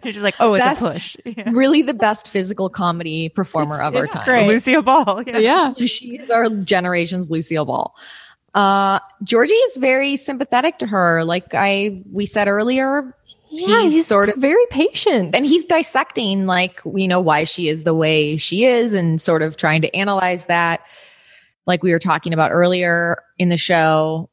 S4: She's like, oh, it's
S2: Best-
S4: a push. Yeah.
S2: Really the best physical comedy performer of our
S6: it's
S2: time.
S6: great.
S4: Lucille Ball.
S6: yeah.
S2: She is our generation's Lucille Ball. Uh, Georgie is very sympathetic to her. Like I, we said earlier,
S6: Yeah, he's, sort of very patient.
S2: and he's dissecting like you know why she is the way she is and sort of trying to analyze that like we were talking about earlier in the show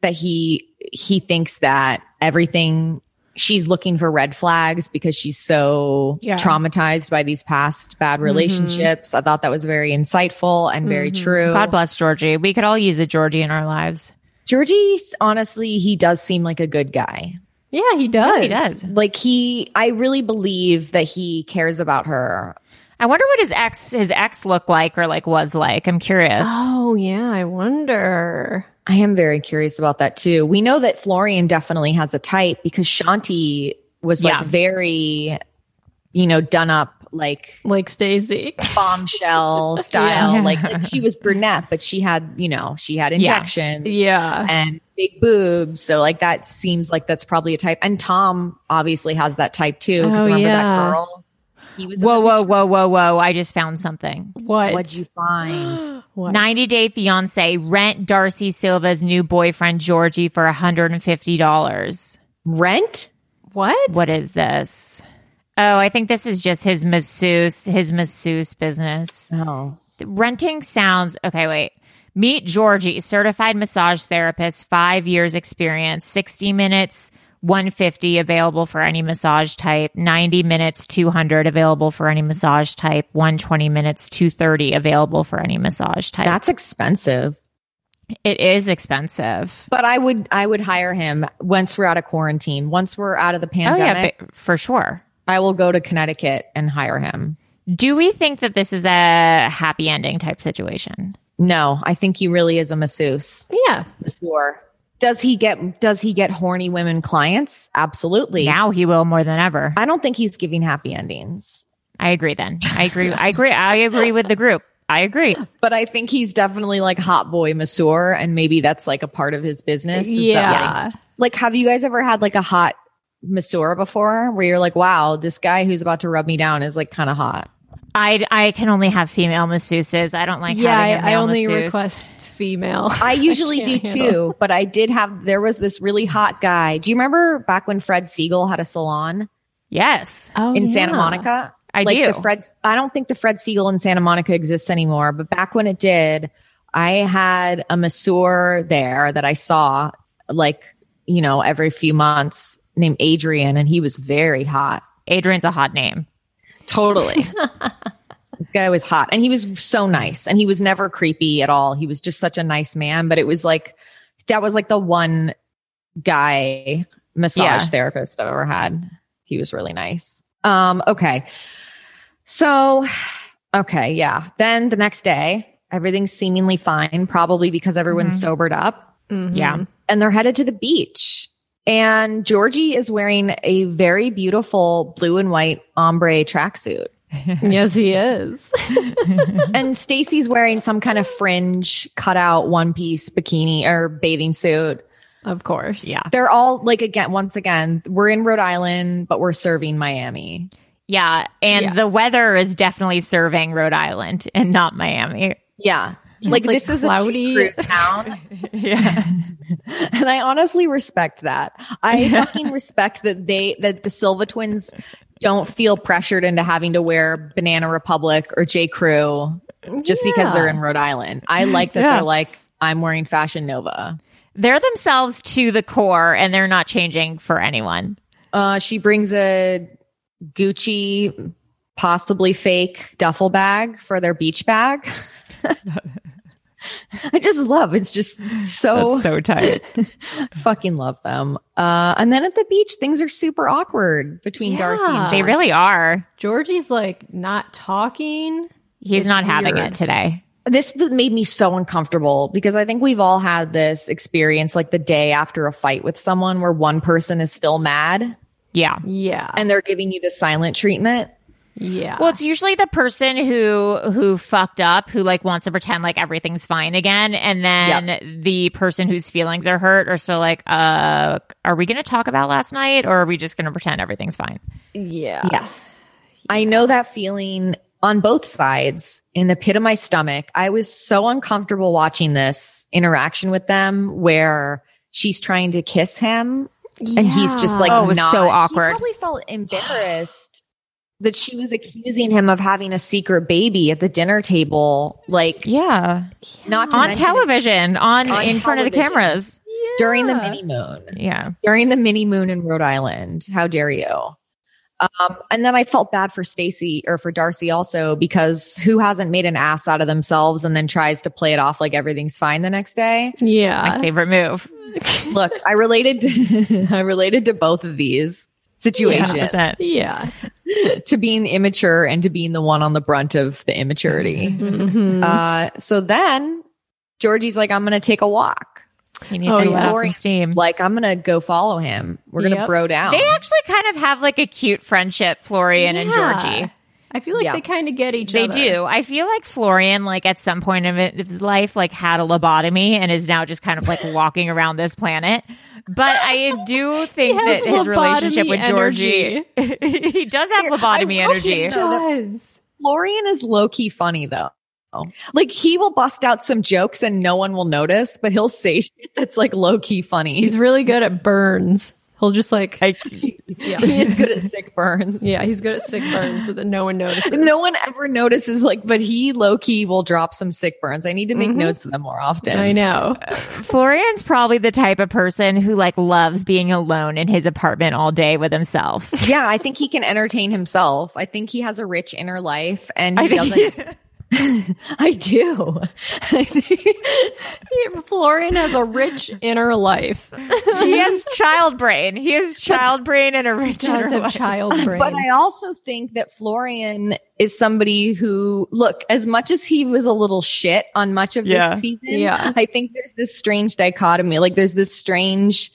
S2: that he he thinks that everything she's looking for red flags because she's so
S4: Yeah.
S2: traumatized by these past bad relationships i thought that was very insightful and very true
S4: God bless Georgie. We could all use a Georgie in our lives.
S2: georgie honestly he does seem like a good guy
S6: yeah, he does.
S4: He does.
S2: like he i really believe that he cares about her
S4: I wonder what his ex his ex looked like or like was like. I'm curious.
S6: Oh yeah, I wonder.
S2: I am very curious about that too. We know that Florian definitely has a type because Shanti was
S4: Yeah.
S2: like very, you know, done up like
S6: Like Stacey.
S2: bombshell style.
S4: Yeah.
S2: Like, like, she was brunette, but she had, you know, she had injections
S6: Yeah.
S2: and big boobs. So like that seems like that's probably a type. And Tom obviously has that type too. Because
S6: Oh,
S2: remember
S6: yeah.
S2: that girl? He was in
S4: Whoa,
S2: the
S4: whoa,
S2: picture.
S4: whoa, whoa, whoa. I just found something.
S6: What?
S2: What'd you find?
S6: What?
S4: 90 Day Fiance rent Darcy Silva's new boyfriend Georgie for $150.
S2: Rent?
S6: What?
S4: What is this? Oh, I think this is just his masseuse, his masseuse business.
S2: No.
S4: Renting sounds okay, wait. Meet Georgie, certified massage therapist, 5 years experience, 60 minutes 150 available for any massage type, 90 minutes 200 available for any massage type, 120 minutes 230 available for any massage type.
S2: That's expensive.
S4: It is expensive.
S2: But I would I would hire him once we're out of quarantine. Once we're out of the pandemic,
S4: Oh, ba- for sure.
S2: I will go to Connecticut and hire him.
S4: Do we think that this is a happy ending type situation?
S2: No, I think he really is a masseuse.
S6: Yeah.
S2: Sure. Does he get does he get horny women clients? Absolutely.
S4: Now he will more than ever.
S2: I don't think he's giving happy endings.
S4: I agree then. I agree. I agree. I agree with the group. I agree.
S2: But I think he's definitely like hot boy masseur, and maybe that's like a part of his business. is that,
S6: Yeah.
S2: like, like, have you guys ever had like a hot masseur before, where you're like, wow, this guy who's about to rub me down is like kind of hot.
S4: I, I can only have female masseuses. I don't like
S6: yeah,
S4: having a
S6: I, I
S4: male
S6: only
S4: masseuse.
S6: request female.
S2: I usually do
S6: can't handle
S2: too, but I did have. There was this really hot guy. Do you remember back when Fred Siegel had a salon
S4: Yes,
S6: Oh,
S2: in Santa
S6: yeah.
S2: Monica?
S4: I
S2: like
S4: do.
S2: The Fred, I don't think the Fred Siegel in Santa Monica exists anymore, but back when it did, I had a masseur there that I saw like, you know, every few months named Adrian, and he was very hot.
S4: Adrian's a hot name.
S2: Totally. this guy was hot and he was so nice and he was never creepy at all. He was just such a nice man, but it was like, that was like the one guy massage
S4: Yeah.
S2: therapist I've ever had. He was really nice. Um, okay. So, okay. Yeah. Then the next day, everything's seemingly fine, probably because everyone's
S4: Mhm.
S2: sobered up
S6: Mhm.
S4: Yeah.
S2: and they're headed to the beach. And Georgie is wearing a very beautiful blue and white ombre tracksuit.
S6: yes, he is.
S2: and Stacy's wearing some kind of fringe cutout one piece bikini or bathing suit.
S6: Of course.
S4: Yeah.
S2: They're all like again once again, we're in Rhode Island, but we're serving Miami.
S4: Yeah, and
S6: Yes.
S4: the weather is definitely serving Rhode Island and not Miami.
S2: Yeah. Like,
S6: like,
S2: this is
S6: cloudy.
S2: a cute group town.
S4: Yeah,
S2: and I honestly respect that. I fucking respect that they that the Silva twins don't feel pressured into having to wear Banana Republic or J. Crew just because they're in Rhode Island. I like that
S4: Yeah.
S2: they're like, I'm wearing Fashion Nova.
S4: they're themselves to the core, and they're not changing for anyone.
S2: Uh, she brings a Gucci, possibly fake duffel bag for their beach bag. I just love it's just so,
S6: Oh.
S4: That's so tight.
S2: fucking love them. Uh, and then at the beach, things are super awkward between Darcy and
S6: Yeah.
S4: They
S2: George.
S4: really are.
S6: Georgie's like not talking.
S4: He's
S6: It's
S4: not having
S6: weird.
S4: it today.
S2: This was- made me so uncomfortable because I think we've all had this experience like the day after a fight with someone where one person is still mad
S4: Yeah.
S6: Yeah.
S2: and they're giving you the silent treatment.
S6: yeah.
S4: Well, it's usually the person who who fucked up who like wants to pretend like everything's fine again, and then the person whose feelings are hurt are still like, uh, are we going to talk about last night, or are we just going to pretend everything's fine?
S6: yeah.
S2: Yes. I know that feeling on both sides in the pit of my stomach. I was so uncomfortable watching this interaction with them where she's trying to kiss him and he's just like,
S4: Oh, it was
S2: not-
S4: so
S2: he
S4: awkward.
S2: probably felt embarrassed that she was accusing him of having a secret baby at the dinner table. Like,
S4: Yeah,
S2: not to
S4: on
S2: mention
S4: television, on,
S2: On
S4: in front of the
S2: television.
S4: cameras.
S2: during the mini moon.
S4: Yeah,
S2: during the mini moon in Rhode Island. How dare you? Um, and then I felt bad for Stacy or for Darcy also because who hasn't made an ass out of themselves and then tries to play it off like everything's fine the next day?
S4: my
S6: Yeah.
S4: favorite move.
S2: Look, I related to, I related to both of these situations
S4: 100%.
S6: Yeah.
S2: to being immature and to being the one on the brunt of the immaturity.
S6: Mhm.
S2: Uh, so then Georgie's like, I'm going to take a walk.
S4: He needs
S6: Oh,
S4: to
S6: yeah.
S4: let out
S2: Boring.
S4: some steam.
S2: Like, I'm going to go follow him. We're going to
S6: Yep.
S2: bro down.
S4: They actually kind of have like a cute friendship, Florian and
S6: Yeah.
S4: Georgie.
S6: I feel like
S2: Yeah.
S6: they kind of get each
S4: They
S6: other.
S4: do. I feel like Florian, like at some point of his life, like had a lobotomy and is now just kind of like walking around this planet. But I do think
S6: He has
S4: that his relationship
S6: lobotomy
S4: with Georgie, he does have
S2: Here, I
S4: lobotomy
S2: will say
S4: energy.
S2: no.
S6: Does.
S2: Florian is low key funny though. Like he will bust out some jokes and no one will notice, but he'll say shit that's like low key funny.
S6: He's really good at burns. He'll just like
S4: I,
S6: yeah.
S2: he is good at sick burns.
S6: Yeah, he's good at sick burns so that no one notices.
S2: No one ever notices, like, but he low key will drop some sick burns. I need to make
S6: Mhm.
S2: notes of them more often.
S6: I know.
S4: Florian's probably the type of person who like loves being alone in his apartment all day with himself.
S2: Yeah, I think he can entertain himself. I think he has a rich inner life and he
S4: I
S2: doesn't
S4: think
S6: I do. Florian has a rich inner life.
S4: he has child brain. He has child brain and a rich
S6: does
S4: inner
S6: have
S4: life.
S6: child brain.
S2: But I also think that Florian is somebody who, look, as much as he was a little shit on much of
S4: Yeah.
S2: this season,
S6: Yeah.
S2: I think there's this strange dichotomy. Like there's this strange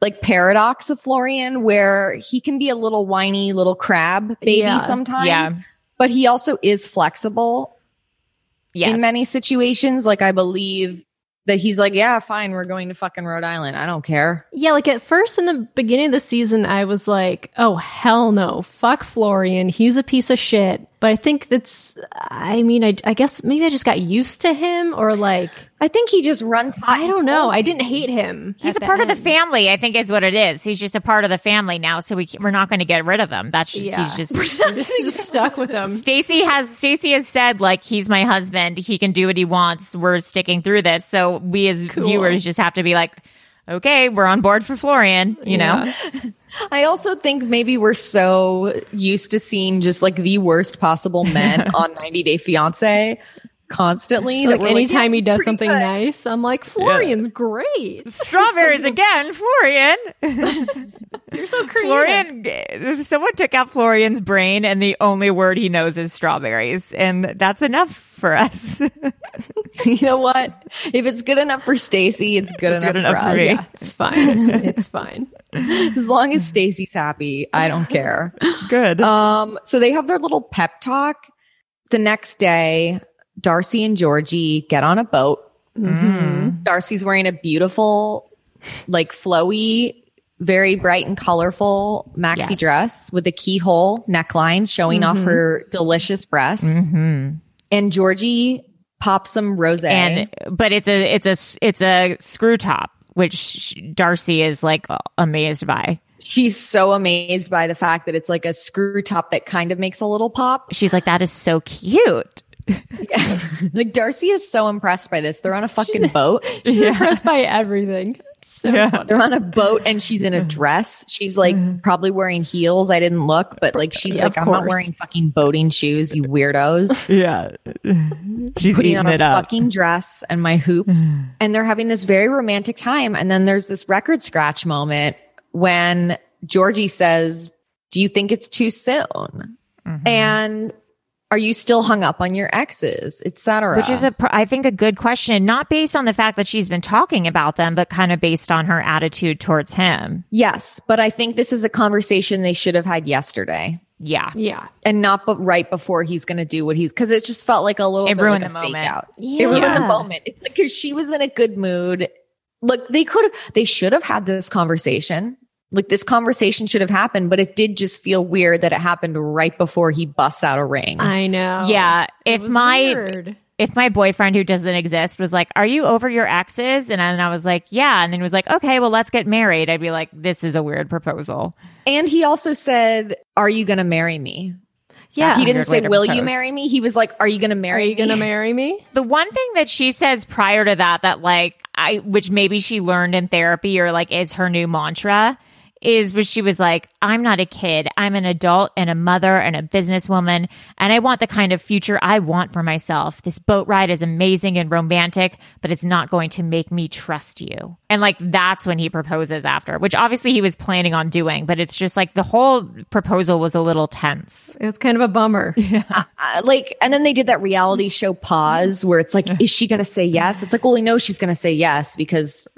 S2: like paradox of Florian where he can be a little whiny little crab baby
S6: Yeah.
S2: sometimes,
S4: Yeah.
S2: but he also is flexible
S4: Yes.
S2: in many situations. Like I believe that he's like, yeah, fine, we're going to fucking Rhode Island. I don't care.
S6: Yeah, like at first in the beginning of the season, I was like, oh, hell no. Fuck Florian. He's a piece of shit. But I think that's, I mean, I, I guess maybe I just got used to him or like,
S2: I think he just runs hot.
S6: I don't know. I didn't hate him.
S4: He's
S6: at
S4: a part of the
S6: end.
S4: family, I think, is what it is. He's just a part of the family now, so we c- we're not going to get rid of him. That's just,
S6: Yeah.
S4: he's
S6: We're
S4: just.
S6: just, just stuck with him.
S4: Stacy has Stacy has said like he's my husband. He can do what he wants. We're sticking through this, so we as
S6: Cool.
S4: viewers just have to be like, okay, we're on board for Florian. You know,
S6: Yeah.
S2: I also think maybe we're so used to seeing just like the worst possible men on 90 Day Fiance constantly.
S6: Like
S2: that we're
S6: anytime he
S2: "Yeah,
S6: does
S2: he's
S6: something
S2: pretty good."
S6: nice, I'm like, Florian's great.
S4: strawberries again, Florian.
S6: You're so creative.
S4: Florian, g- someone took out Florian's brain, and the only word he knows is strawberries, and that's enough for us.
S2: you know what? If it's good enough for Stacy, it's good
S4: It's
S2: enough,
S4: good enough
S2: for
S4: for
S2: us.
S4: me.
S6: Yeah, it's fine. It's fine.
S2: As long as Stacy's happy, I don't care.
S4: Good.
S2: Um, so they have their little pep talk. The next day, Darcy and Georgie get on a boat.
S4: Mm.
S2: Darcy's wearing a beautiful, like flowy, very bright and colorful maxi
S4: Yes. Mm-hmm.
S2: dress with a keyhole neckline showing off her delicious breasts.
S4: hmm
S2: And Georgie pops some rose.
S4: And but it's a it's a s- it's a screw top, which sh- Darcy is like amazed by.
S2: She's so amazed by the fact that it's like a screw top that kind of makes a little pop.
S4: She's like, that is so cute.
S2: Like Darcy is so impressed by this. They're on a fucking boat.
S6: She's impressed by everything. It's so funny.
S2: They're on a boat and she's in a dress. She's like probably wearing heels. I didn't look, but like she's
S6: Yeah,
S2: like,
S6: of
S2: I'm not
S6: course.
S2: wearing fucking boating shoes, you weirdos.
S4: Yeah, she's
S2: Putting on
S4: eating
S2: a
S4: it up.
S2: fucking dress and my hoops. and they're having this very romantic time. And then there's this record scratch moment when Georgie says, Do you think it's too soon?
S4: Mm-hmm.
S2: And are you still hung up on your exes, etc.?
S4: Which is a, pr- I think, a good question. Not based on the fact that she's been talking about them, but kind of based on her attitude towards him.
S2: yes, but I think this is a conversation they should have had yesterday.
S4: Yeah,
S6: Yeah.
S2: and not but right before he's going to do what he's because it just felt like a little
S4: It
S2: bit
S4: ruined
S2: like a
S4: the
S2: fake
S4: moment.
S2: out. It ruined the
S6: Yeah.
S2: moment because she was in a good mood. Look, they could have, they should have had this conversation. Like this conversation should have happened, but it did just feel weird that it happened right before he busts out a ring.
S6: I know.
S4: yeah.
S6: It
S4: If
S6: was
S4: my
S6: weird.
S4: if my boyfriend who doesn't exist was like, "Are you over your exes?" and I, and I was like, "Yeah," and then he was like, "Okay, well, let's get married," I'd be like, "This is a weird proposal."
S2: and he also said, "Are you going to marry me?
S6: Yeah.
S2: he
S4: Weird
S2: didn't say,
S4: way to
S2: Will you
S4: propose.
S2: marry me? He was like, Are you going to
S6: Are
S2: marry
S6: you going to
S2: me?
S6: marry me?
S4: The one thing that she says prior to that, that like I, which maybe she learned in therapy or like is her new mantra, is where she was like, I'm not a kid. I'm an adult and a mother and a businesswoman. And I want the kind of future I want for myself. This boat ride is amazing and romantic, but it's not going to make me trust you. And like that's when he proposes after, which obviously he was planning on doing, but it's just like the whole proposal was a little tense.
S6: It was kind of a bummer.
S2: Uh, like, and then they did that
S6: Mm-hmm.
S2: reality show pause where it's like, is she going to say yes? It's like, well, we know she's going to say yes because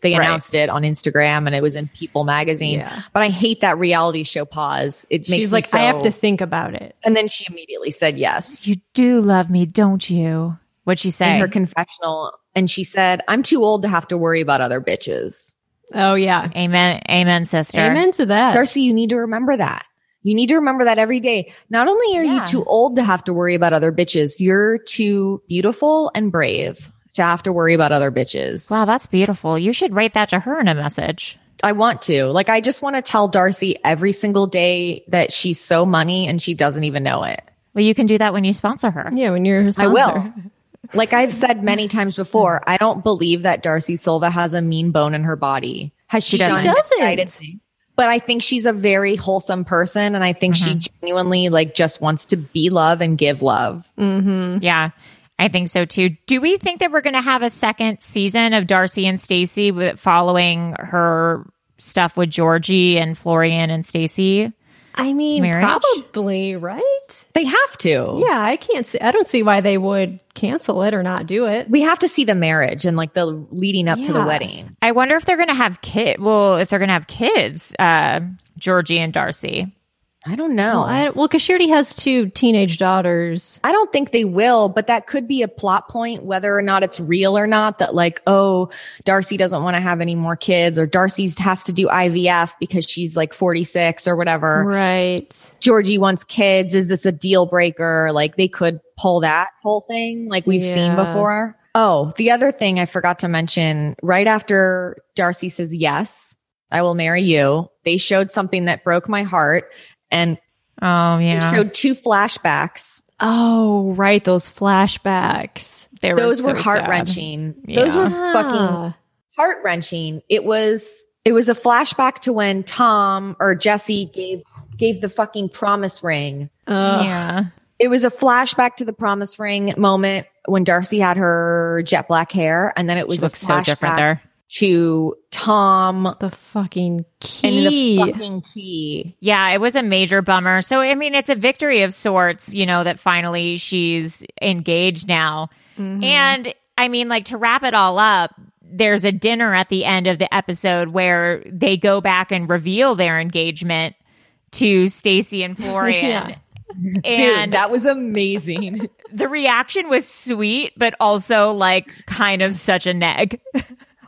S2: they
S4: Right.
S2: announced it on Instagram and it was in People magazine.
S6: Yeah.
S2: But I hate that reality show pause. It makes
S6: She's
S2: me
S6: like, I have
S2: so-
S6: to think about it.
S2: And then she immediately said yes
S4: You do love me, don't you? What'd she say?
S2: in her confessional, and she said, "I'm too old to have to worry about other bitches."
S6: Oh, yeah.
S4: Amen, amen, sister.
S6: Amen to that.
S2: Darcy, you need to remember that. You need to remember that every day. Not only are
S4: Yeah.
S2: you too old to have to worry about other bitches, you're too beautiful and brave to have to worry about other bitches.
S4: Wow, that's beautiful. You should write that to her in a message.
S2: I want to. Like, I just want to tell Darcy every single day that she's so money and she doesn't even know it.
S4: Well, you can do that when you sponsor her.
S6: yeah, when you're his
S2: I
S6: sponsor.
S2: will. like I've said many times before, I don't believe that Darcy Silva has a mean bone in her body. Has she,
S4: She doesn't.
S2: done
S6: She doesn't.
S2: decided- but I think she's a very wholesome person, and I think she
S6: Mm-hmm.
S2: genuinely like just wants to be love and give love.
S4: Mm-hmm. Yeah, I think so too. Do we think that we're going to have a second season of Darcy and Stacy with- following her stuff with Georgie and Florian and Stacy?
S6: I mean,
S4: marriage?
S6: probably right.
S2: They have to.
S6: Yeah, I can't see. I don't see why they would cancel it or not do it.
S2: We have to see the marriage and like the leading up to the
S6: Yeah.
S2: wedding.
S4: I wonder if they're going to have kid. Well, if they're going to have kids, uh, Georgie and Darcy.
S2: I don't know.
S6: Well, I, well, 'cause she already has two teenage daughters.
S2: I don't think they will, but that could be a plot point, whether or not it's real or not. That like, oh, Darcy doesn't want to have any more kids, or Darcy has to do IVF because she's like 46 or whatever.
S6: Right.
S2: Georgie wants kids. Is this a deal breaker? Like they could pull that whole thing like we've seen
S6: Yeah.
S2: before. Oh, the other thing I forgot to mention right after Darcy says, Yes, I will marry you, they showed something that broke my heart and
S4: Oh
S2: they
S4: yeah,
S2: showed two flashbacks.
S6: Oh, right. Those flashbacks.
S4: they
S2: Those were
S4: so sad.
S2: heart wrenching. Those were fucking
S6: Ah.
S2: heart wrenching. It was it was a flashback to when Tom or Jesse gave gave the fucking promise ring
S6: Ugh.
S4: Yeah.
S2: It was a flashback to the promise ring moment when Darcy had her jet black hair, and then it was
S4: She
S2: a
S4: looks so different
S2: flashback
S4: there.
S2: to Tom
S6: The fucking
S2: and the
S6: key.
S2: fucking key.
S4: Yeah, it was a major bummer. So, I mean, it's a victory of sorts, you know, that finally she's engaged now. Mm-hmm. And I mean, like to wrap it all up, there's a dinner at the end of the episode where they go back and reveal their engagement to Stacy and Florian.
S2: Dude,
S4: And
S2: that was amazing.
S4: the reaction was sweet, but also like kind of such a neg.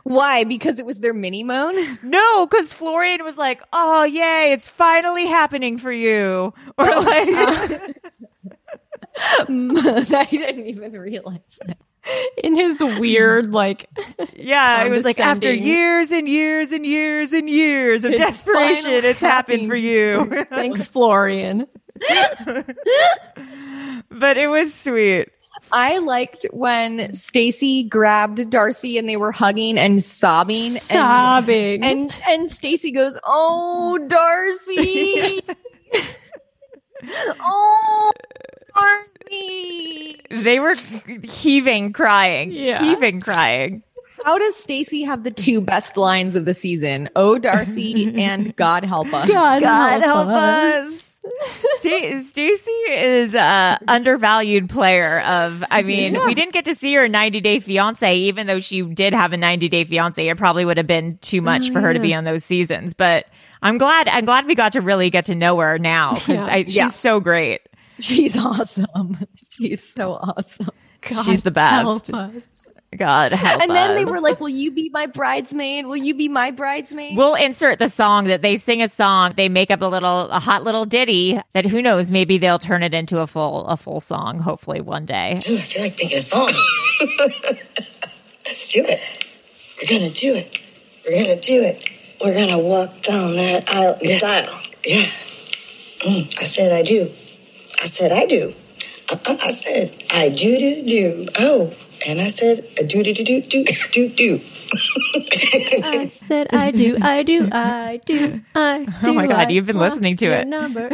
S2: Why? Because it was their mini moan.
S4: No, because Florian was like, "Oh yay, it's finally happening for you," or like,
S2: I didn't even realize that.
S6: In his weird, like,
S4: Yeah, it was like after
S6: condescending.
S4: years and years and years and years of desperation,
S6: finally
S4: it's happened for you.
S6: thanks, Florian.
S4: but it was sweet.
S2: I liked when Stacy grabbed Darcy and they were hugging and sobbing. And-
S6: Sobbing.
S2: and and Stacy goes, "Oh, Darcy." oh, Darcy.
S4: They were heaving, crying,
S6: Yeah.
S4: heaving, crying.
S2: How does Stacy have the two best lines of the season? Oh, Darcy and God help us.
S6: God,
S4: God
S2: Oh,
S6: help
S4: help
S6: us.
S4: us. Sta- Stacy is a undervalued player of I mean, we didn't get to see her 90 Day Fiancé even though she did have a 90 Day Fiancé. It probably would have been
S2: Oh,
S4: too much for her to be on those seasons, but I'm glad I'm glad we got to really get to know her now cuz
S6: Yeah.
S4: she's
S2: Yeah.
S4: so great.
S2: She's awesome. She's so awesome.
S4: she's the best.
S6: Help us.
S4: God help
S2: and then they
S4: us.
S2: were like, "Will you be my bridesmaid? Will you be my bridesmaid?"
S4: We'll insert the song that they sing a song. They make up a little, a hot little ditty that who knows, maybe they'll turn it into a full, a full song. Hopefully one day.
S9: Ooh, I feel like making a song. Let's do it. We're gonna do it. We're gonna do it. We're gonna walk down that aisle in style. Yeah. Mm, I said I do. I said I do. Uh, uh, I said I do do do. Oh, and I said I do do do do do do do.
S6: I said I do, I do, I do, I do.
S4: Oh my God,
S6: I
S4: you've been
S6: want
S4: listening to
S6: your
S4: it.
S6: Number.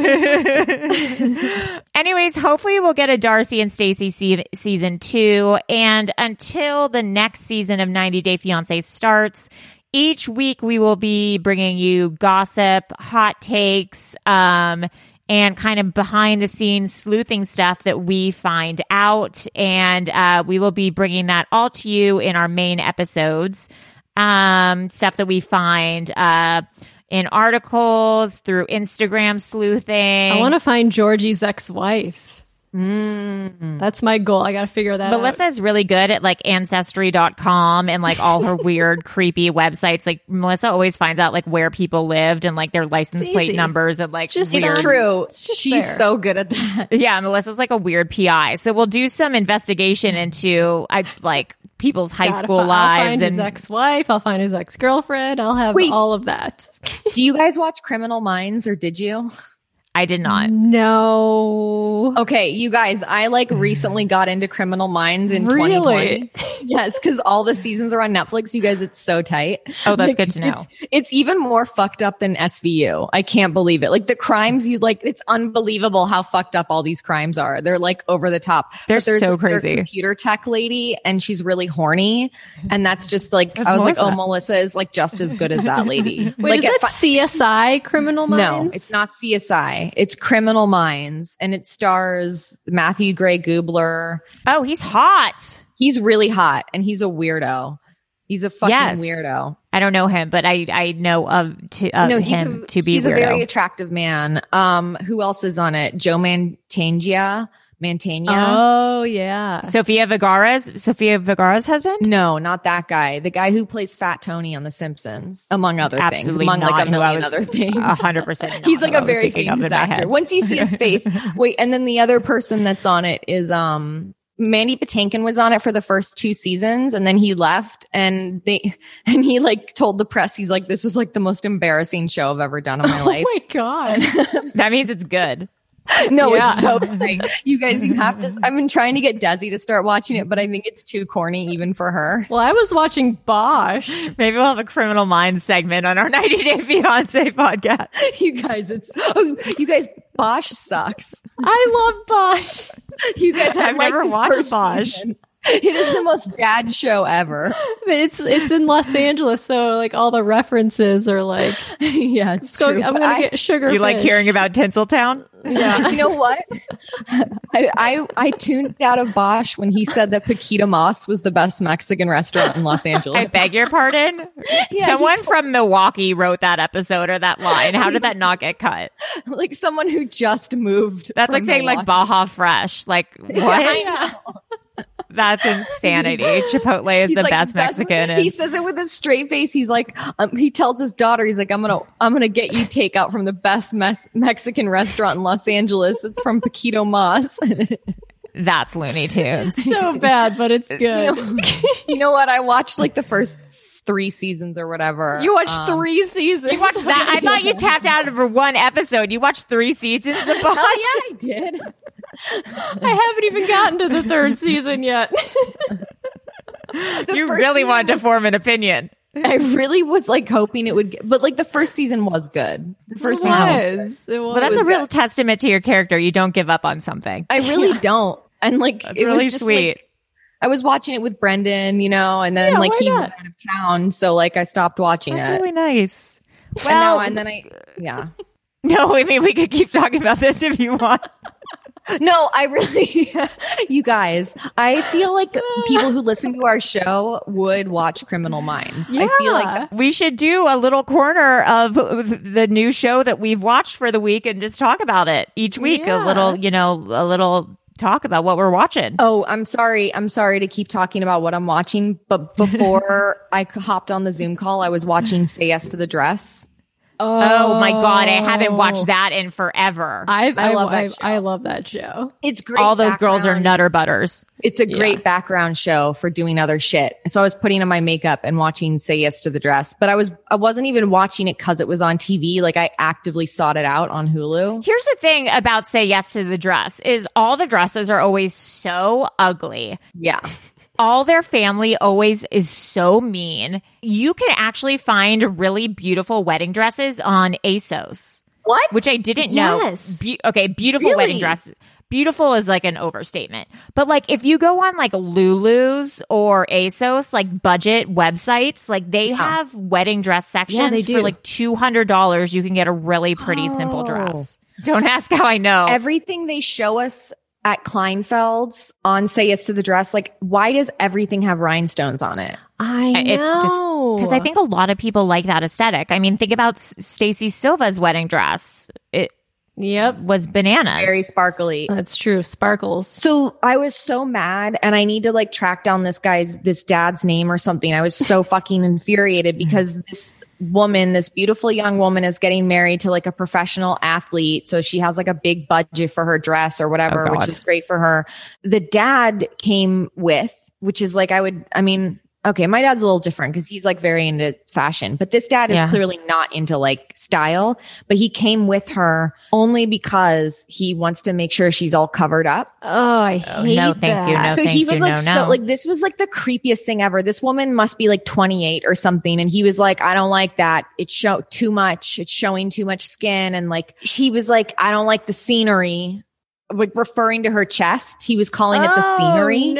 S4: Anyways, hopefully we'll get a Darcy and Stacy se- season two. And until the next season of 90 Day Fiance starts, each week we will be bringing you gossip, hot takes, um, and kind of behind the scenes sleuthing stuff that we find out. And uh, we will be bringing that all to you in our main episodes. Um, stuff that we find uh, in articles, through Instagram sleuthing.
S6: I want to find Georgie's ex-wife. That's my goal. I got to figure that out.
S4: Mm. Melissa is really good at like ancestry.com and like all her weird, creepy websites. Like Melissa always finds out like where people lived and like their license
S6: It's
S4: plate
S6: easy.
S4: numbers and
S6: It's
S4: like
S6: just
S4: weird.
S2: it's true.
S6: just
S2: She's
S6: there.
S2: so good at that.
S4: Yeah, Melissa's like a weird PI. So we'll do some investigation into I like people's high
S6: Gotta
S4: school
S6: fi- I'll
S4: lives
S6: find his
S4: and
S6: ex-wife. I'll find his ex-girlfriend. I'll have
S2: Wait.
S6: all of that.
S2: Do you guys watch Criminal Minds or did you?
S4: I did not.
S6: No.
S2: Okay, you guys, I like recently got into Criminal Minds in
S6: Really?
S2: 2020. yes, because all the seasons are on Netflix. You guys, it's so tight.
S4: Oh, that's
S2: Like,
S4: good to know.
S2: It's, it's even more fucked up than SVU. I can't believe it. Like the crimes you like, it's unbelievable how fucked up all these crimes are. They're like over the top.
S4: They're
S2: But there's
S4: so
S2: their
S4: crazy.
S2: computer tech lady, and she's really horny, and that's just like
S4: That's
S2: I was like,
S4: Melissa.
S2: oh, Melissa is like just as good as that lady.
S6: Wait,
S2: like,
S6: is
S2: it
S6: that
S2: fi-
S6: CSI Criminal Minds?
S2: no, it's not CSI. It's Criminal Minds, and it stars Matthew Gray Goobler.
S4: Oh, he's hot.
S2: He's really hot, and he's a weirdo. He's a fucking
S4: Yes.
S2: weirdo.
S4: I don't know him, but I I know of to of
S2: No, he's
S4: him
S2: a,
S4: to be
S2: he's
S4: weirdo.
S2: a very attractive man. Um, who else is on it? Joe Mantegna. Mantegna.
S6: Oh yeah.
S4: Sofia Vergara's Sofia Vergara's husband.
S2: No, not that guy. The guy who plays Fat Tony on The Simpsons, among other things,
S4: Absolutely
S2: among
S4: not
S2: like a
S4: who I
S2: million
S4: was-
S2: other things.
S4: A hundred percent.
S2: He's like
S4: not who I
S2: a
S4: was
S2: very
S4: thinking of
S2: famous
S4: in my head.
S2: actor. Once you see his face, wait. And then the other person that's on it is um Mandy Patinkin was on it for the first two seasons, and then he left, and they and he like told the press he's like this was like the most embarrassing show I've ever done in
S4: Oh
S2: my life.
S6: my god.
S4: That means it's good.
S2: no,
S6: Yeah.
S2: it's so tight. You guys, you have to. s- I've been trying to get Desi to start watching it, but I think it's too corny even for her.
S6: well, I was watching Bosch.
S4: Maybe we'll have a criminal minds segment on our 90 Day Fiance podcast.
S2: You guys, it's oh, you guys. Bosch sucks.
S6: I love Bosch.
S2: You guys have
S4: I've never watched Bosch.
S2: It is the most dad show ever.
S6: But it's it's in Los Angeles, so like all the references are like
S2: yeah, it's
S6: let's go,
S2: true.
S6: I'm
S2: but
S6: gonna
S2: I-
S6: get sugar.
S4: You like
S6: fish.
S4: hearing about Tinseltown?
S2: You know what? I, I I tuned out of Bosch when he said that Paquita Moss was the best Mexican restaurant in Los
S4: I
S2: Angeles.
S4: beg your pardon.
S2: he
S4: Someone from Milwaukee wrote that episode or that line. How did that not get cut?
S2: like someone who just moved.
S4: That's like
S2: from
S4: saying like
S2: Milwaukee.
S4: Baja Fresh. Like what? That's insanity. Chipotle is
S2: He's
S4: the
S2: like,
S4: best Mexican.
S2: He
S4: and-
S2: says it with a straight face. He's like, um, he tells his daughter, he's like, I'm gonna, I'm gonna get you takeout from the best mes- Mexican restaurant in Los Angeles. It's from Paquito Moss.
S4: That's Looney Tunes.
S6: so bad, but it's good.
S2: you know what? I watched like the first three seasons or whatever.
S6: You watched
S2: Um,
S6: three seasons.
S4: You watched that? I thought you tapped out for one episode. You watched three seasons of
S2: Hell
S4: Baja.
S2: yeah, I did.
S6: Oh, I haven't even gotten to the third season yet.
S2: The
S4: you
S2: first
S4: really
S2: season
S4: wanted to
S2: was-
S4: form an opinion.
S2: I really was like hoping it would, get, but like the first season was good. The first
S6: it
S2: season, was-
S6: was. It was.
S4: Well, that's
S2: was
S4: a real
S2: good.
S4: testament to your character. You don't give up on something.
S2: I really don't. And like,
S4: That's
S2: it
S4: really
S2: was just,
S4: sweet.
S2: Like, I was watching it with Brendan, you know, and then
S6: Yeah,
S2: like
S6: why
S2: he
S6: not?
S2: went out of town, so like I stopped watching
S4: That's
S2: it.
S4: really nice.
S2: and, now,
S4: Well,
S2: and then I, yeah,
S4: no, I mean we could keep talking about this if you want.
S2: no, I really, you guys, I feel like people who listen to our show would watch Criminal Minds. I feel like
S4: We should do a little corner of the new show that we've watched for the week and just talk about it each week.
S6: Yeah.
S4: A little, you know, a little talk about what we're watching.
S2: Oh, I'm sorry. I'm sorry to keep talking about what I'm watching, but before I c- hopped on the Zoom call, I was watching Say Yes to the Dress.
S4: Oh, my god, I haven't watched that in forever.
S6: I've,
S2: I
S6: I,
S2: love
S6: love
S2: that
S6: I, I
S2: show.
S6: love that show.
S2: It's great.
S4: All those girls are
S2: background-
S4: nutter butters.
S2: It's a great background show for doing other shit. So I was putting on my makeup and watching Say Yes to the Dress, but I was I wasn't even watching it cuz it was on TV. Like I actively sought it out on Hulu.
S4: Here's the thing about say yes to the dress is all the dresses are always so ugly.
S2: Yeah.
S4: all their family always is so mean. You can actually find really beautiful wedding dresses on ASOS,
S2: What?
S4: which I didn't
S6: Yes.
S4: know. Be- okay, beautiful wedding
S2: Really?
S4: dress. Beautiful is like an overstatement. But like if you go on like Lulu's or ASOS, like budget websites, like they have wedding dress sections
S6: Yeah, they
S4: for
S6: do. Oh.
S4: like $200 you can get a really pretty simple dress. Don't ask how I know.
S2: Everything they show us at Kleinfeld's on Say Yes to the Dress, like why does everything have rhinestones on it?
S6: I
S4: It's just-
S6: know.
S4: because I think a lot of people like that aesthetic. I mean, think about S- Stacy Silva's wedding dress. It
S6: Yep,
S4: was bananas.
S2: Very sparkly.
S6: that's true. Sparkles.
S2: So I was so mad and I need to like track down this guy's this dad's name or something. I was so fucking infuriated because this woman, this beautiful young woman is getting married to like a professional athlete. So she has like a big budget for her dress or whatever,
S4: Oh, God.
S2: which is great for her. The dad came with, which is like I would I mean okay, my dad's a little different because he's like very into fashion, but this dad is
S4: Yeah.
S2: clearly not into like style, but he came with her only because he wants to make sure she's all covered up.
S6: Oh, I hate
S4: no, thank you,
S6: that.
S4: no,
S2: so he
S4: thank
S2: was
S4: you,
S2: like,
S4: no,
S2: so
S4: no.
S2: like, this was like the creepiest thing ever. This woman must be like 28 or something. And he was like, I don't like that. It's show too much. It's showing too much skin. And like, he was like, I don't like the scenery. Like referring to her chest, he was calling it the
S6: Oh,
S2: scenery.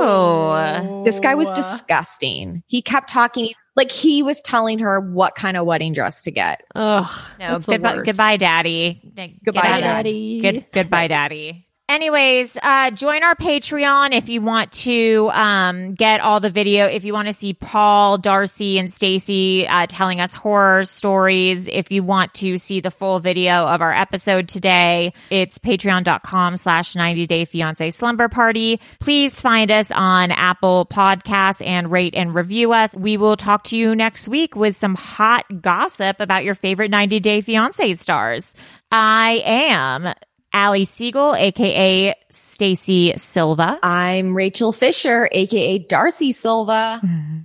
S4: No.
S2: This guy was disgusting. He kept talking like he was telling her what kind of wedding dress to get.
S6: Ugh.
S4: No,
S6: that's the
S4: goodbye,
S6: worst.
S4: goodbye, daddy.
S2: Goodbye,
S4: Get out of-
S6: daddy.
S4: Good, goodbye, daddy. Anyways, uh, join our Patreon if you want to um, get all the video. If you want to see Paul, Darcy, and Stacy uh, telling us horror stories. If you want to see the full video of our episode today, it's patreon.com slash 90 Day Fiance Slumber Party. Please find us on Apple Podcasts and rate and review us. We will talk to you next week with some hot gossip about your favorite 90 Day Fiance stars. I am Allie Siegel, aka Stacy Silva.
S2: I'm Rachel Fisher, aka Darcy Silva.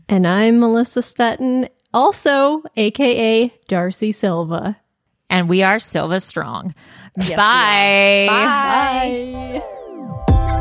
S6: And I'm Melissa Stetton, also AKA Darcy Silva.
S4: And we are Silva Strong.
S6: we are.
S4: Bye.
S2: Bye.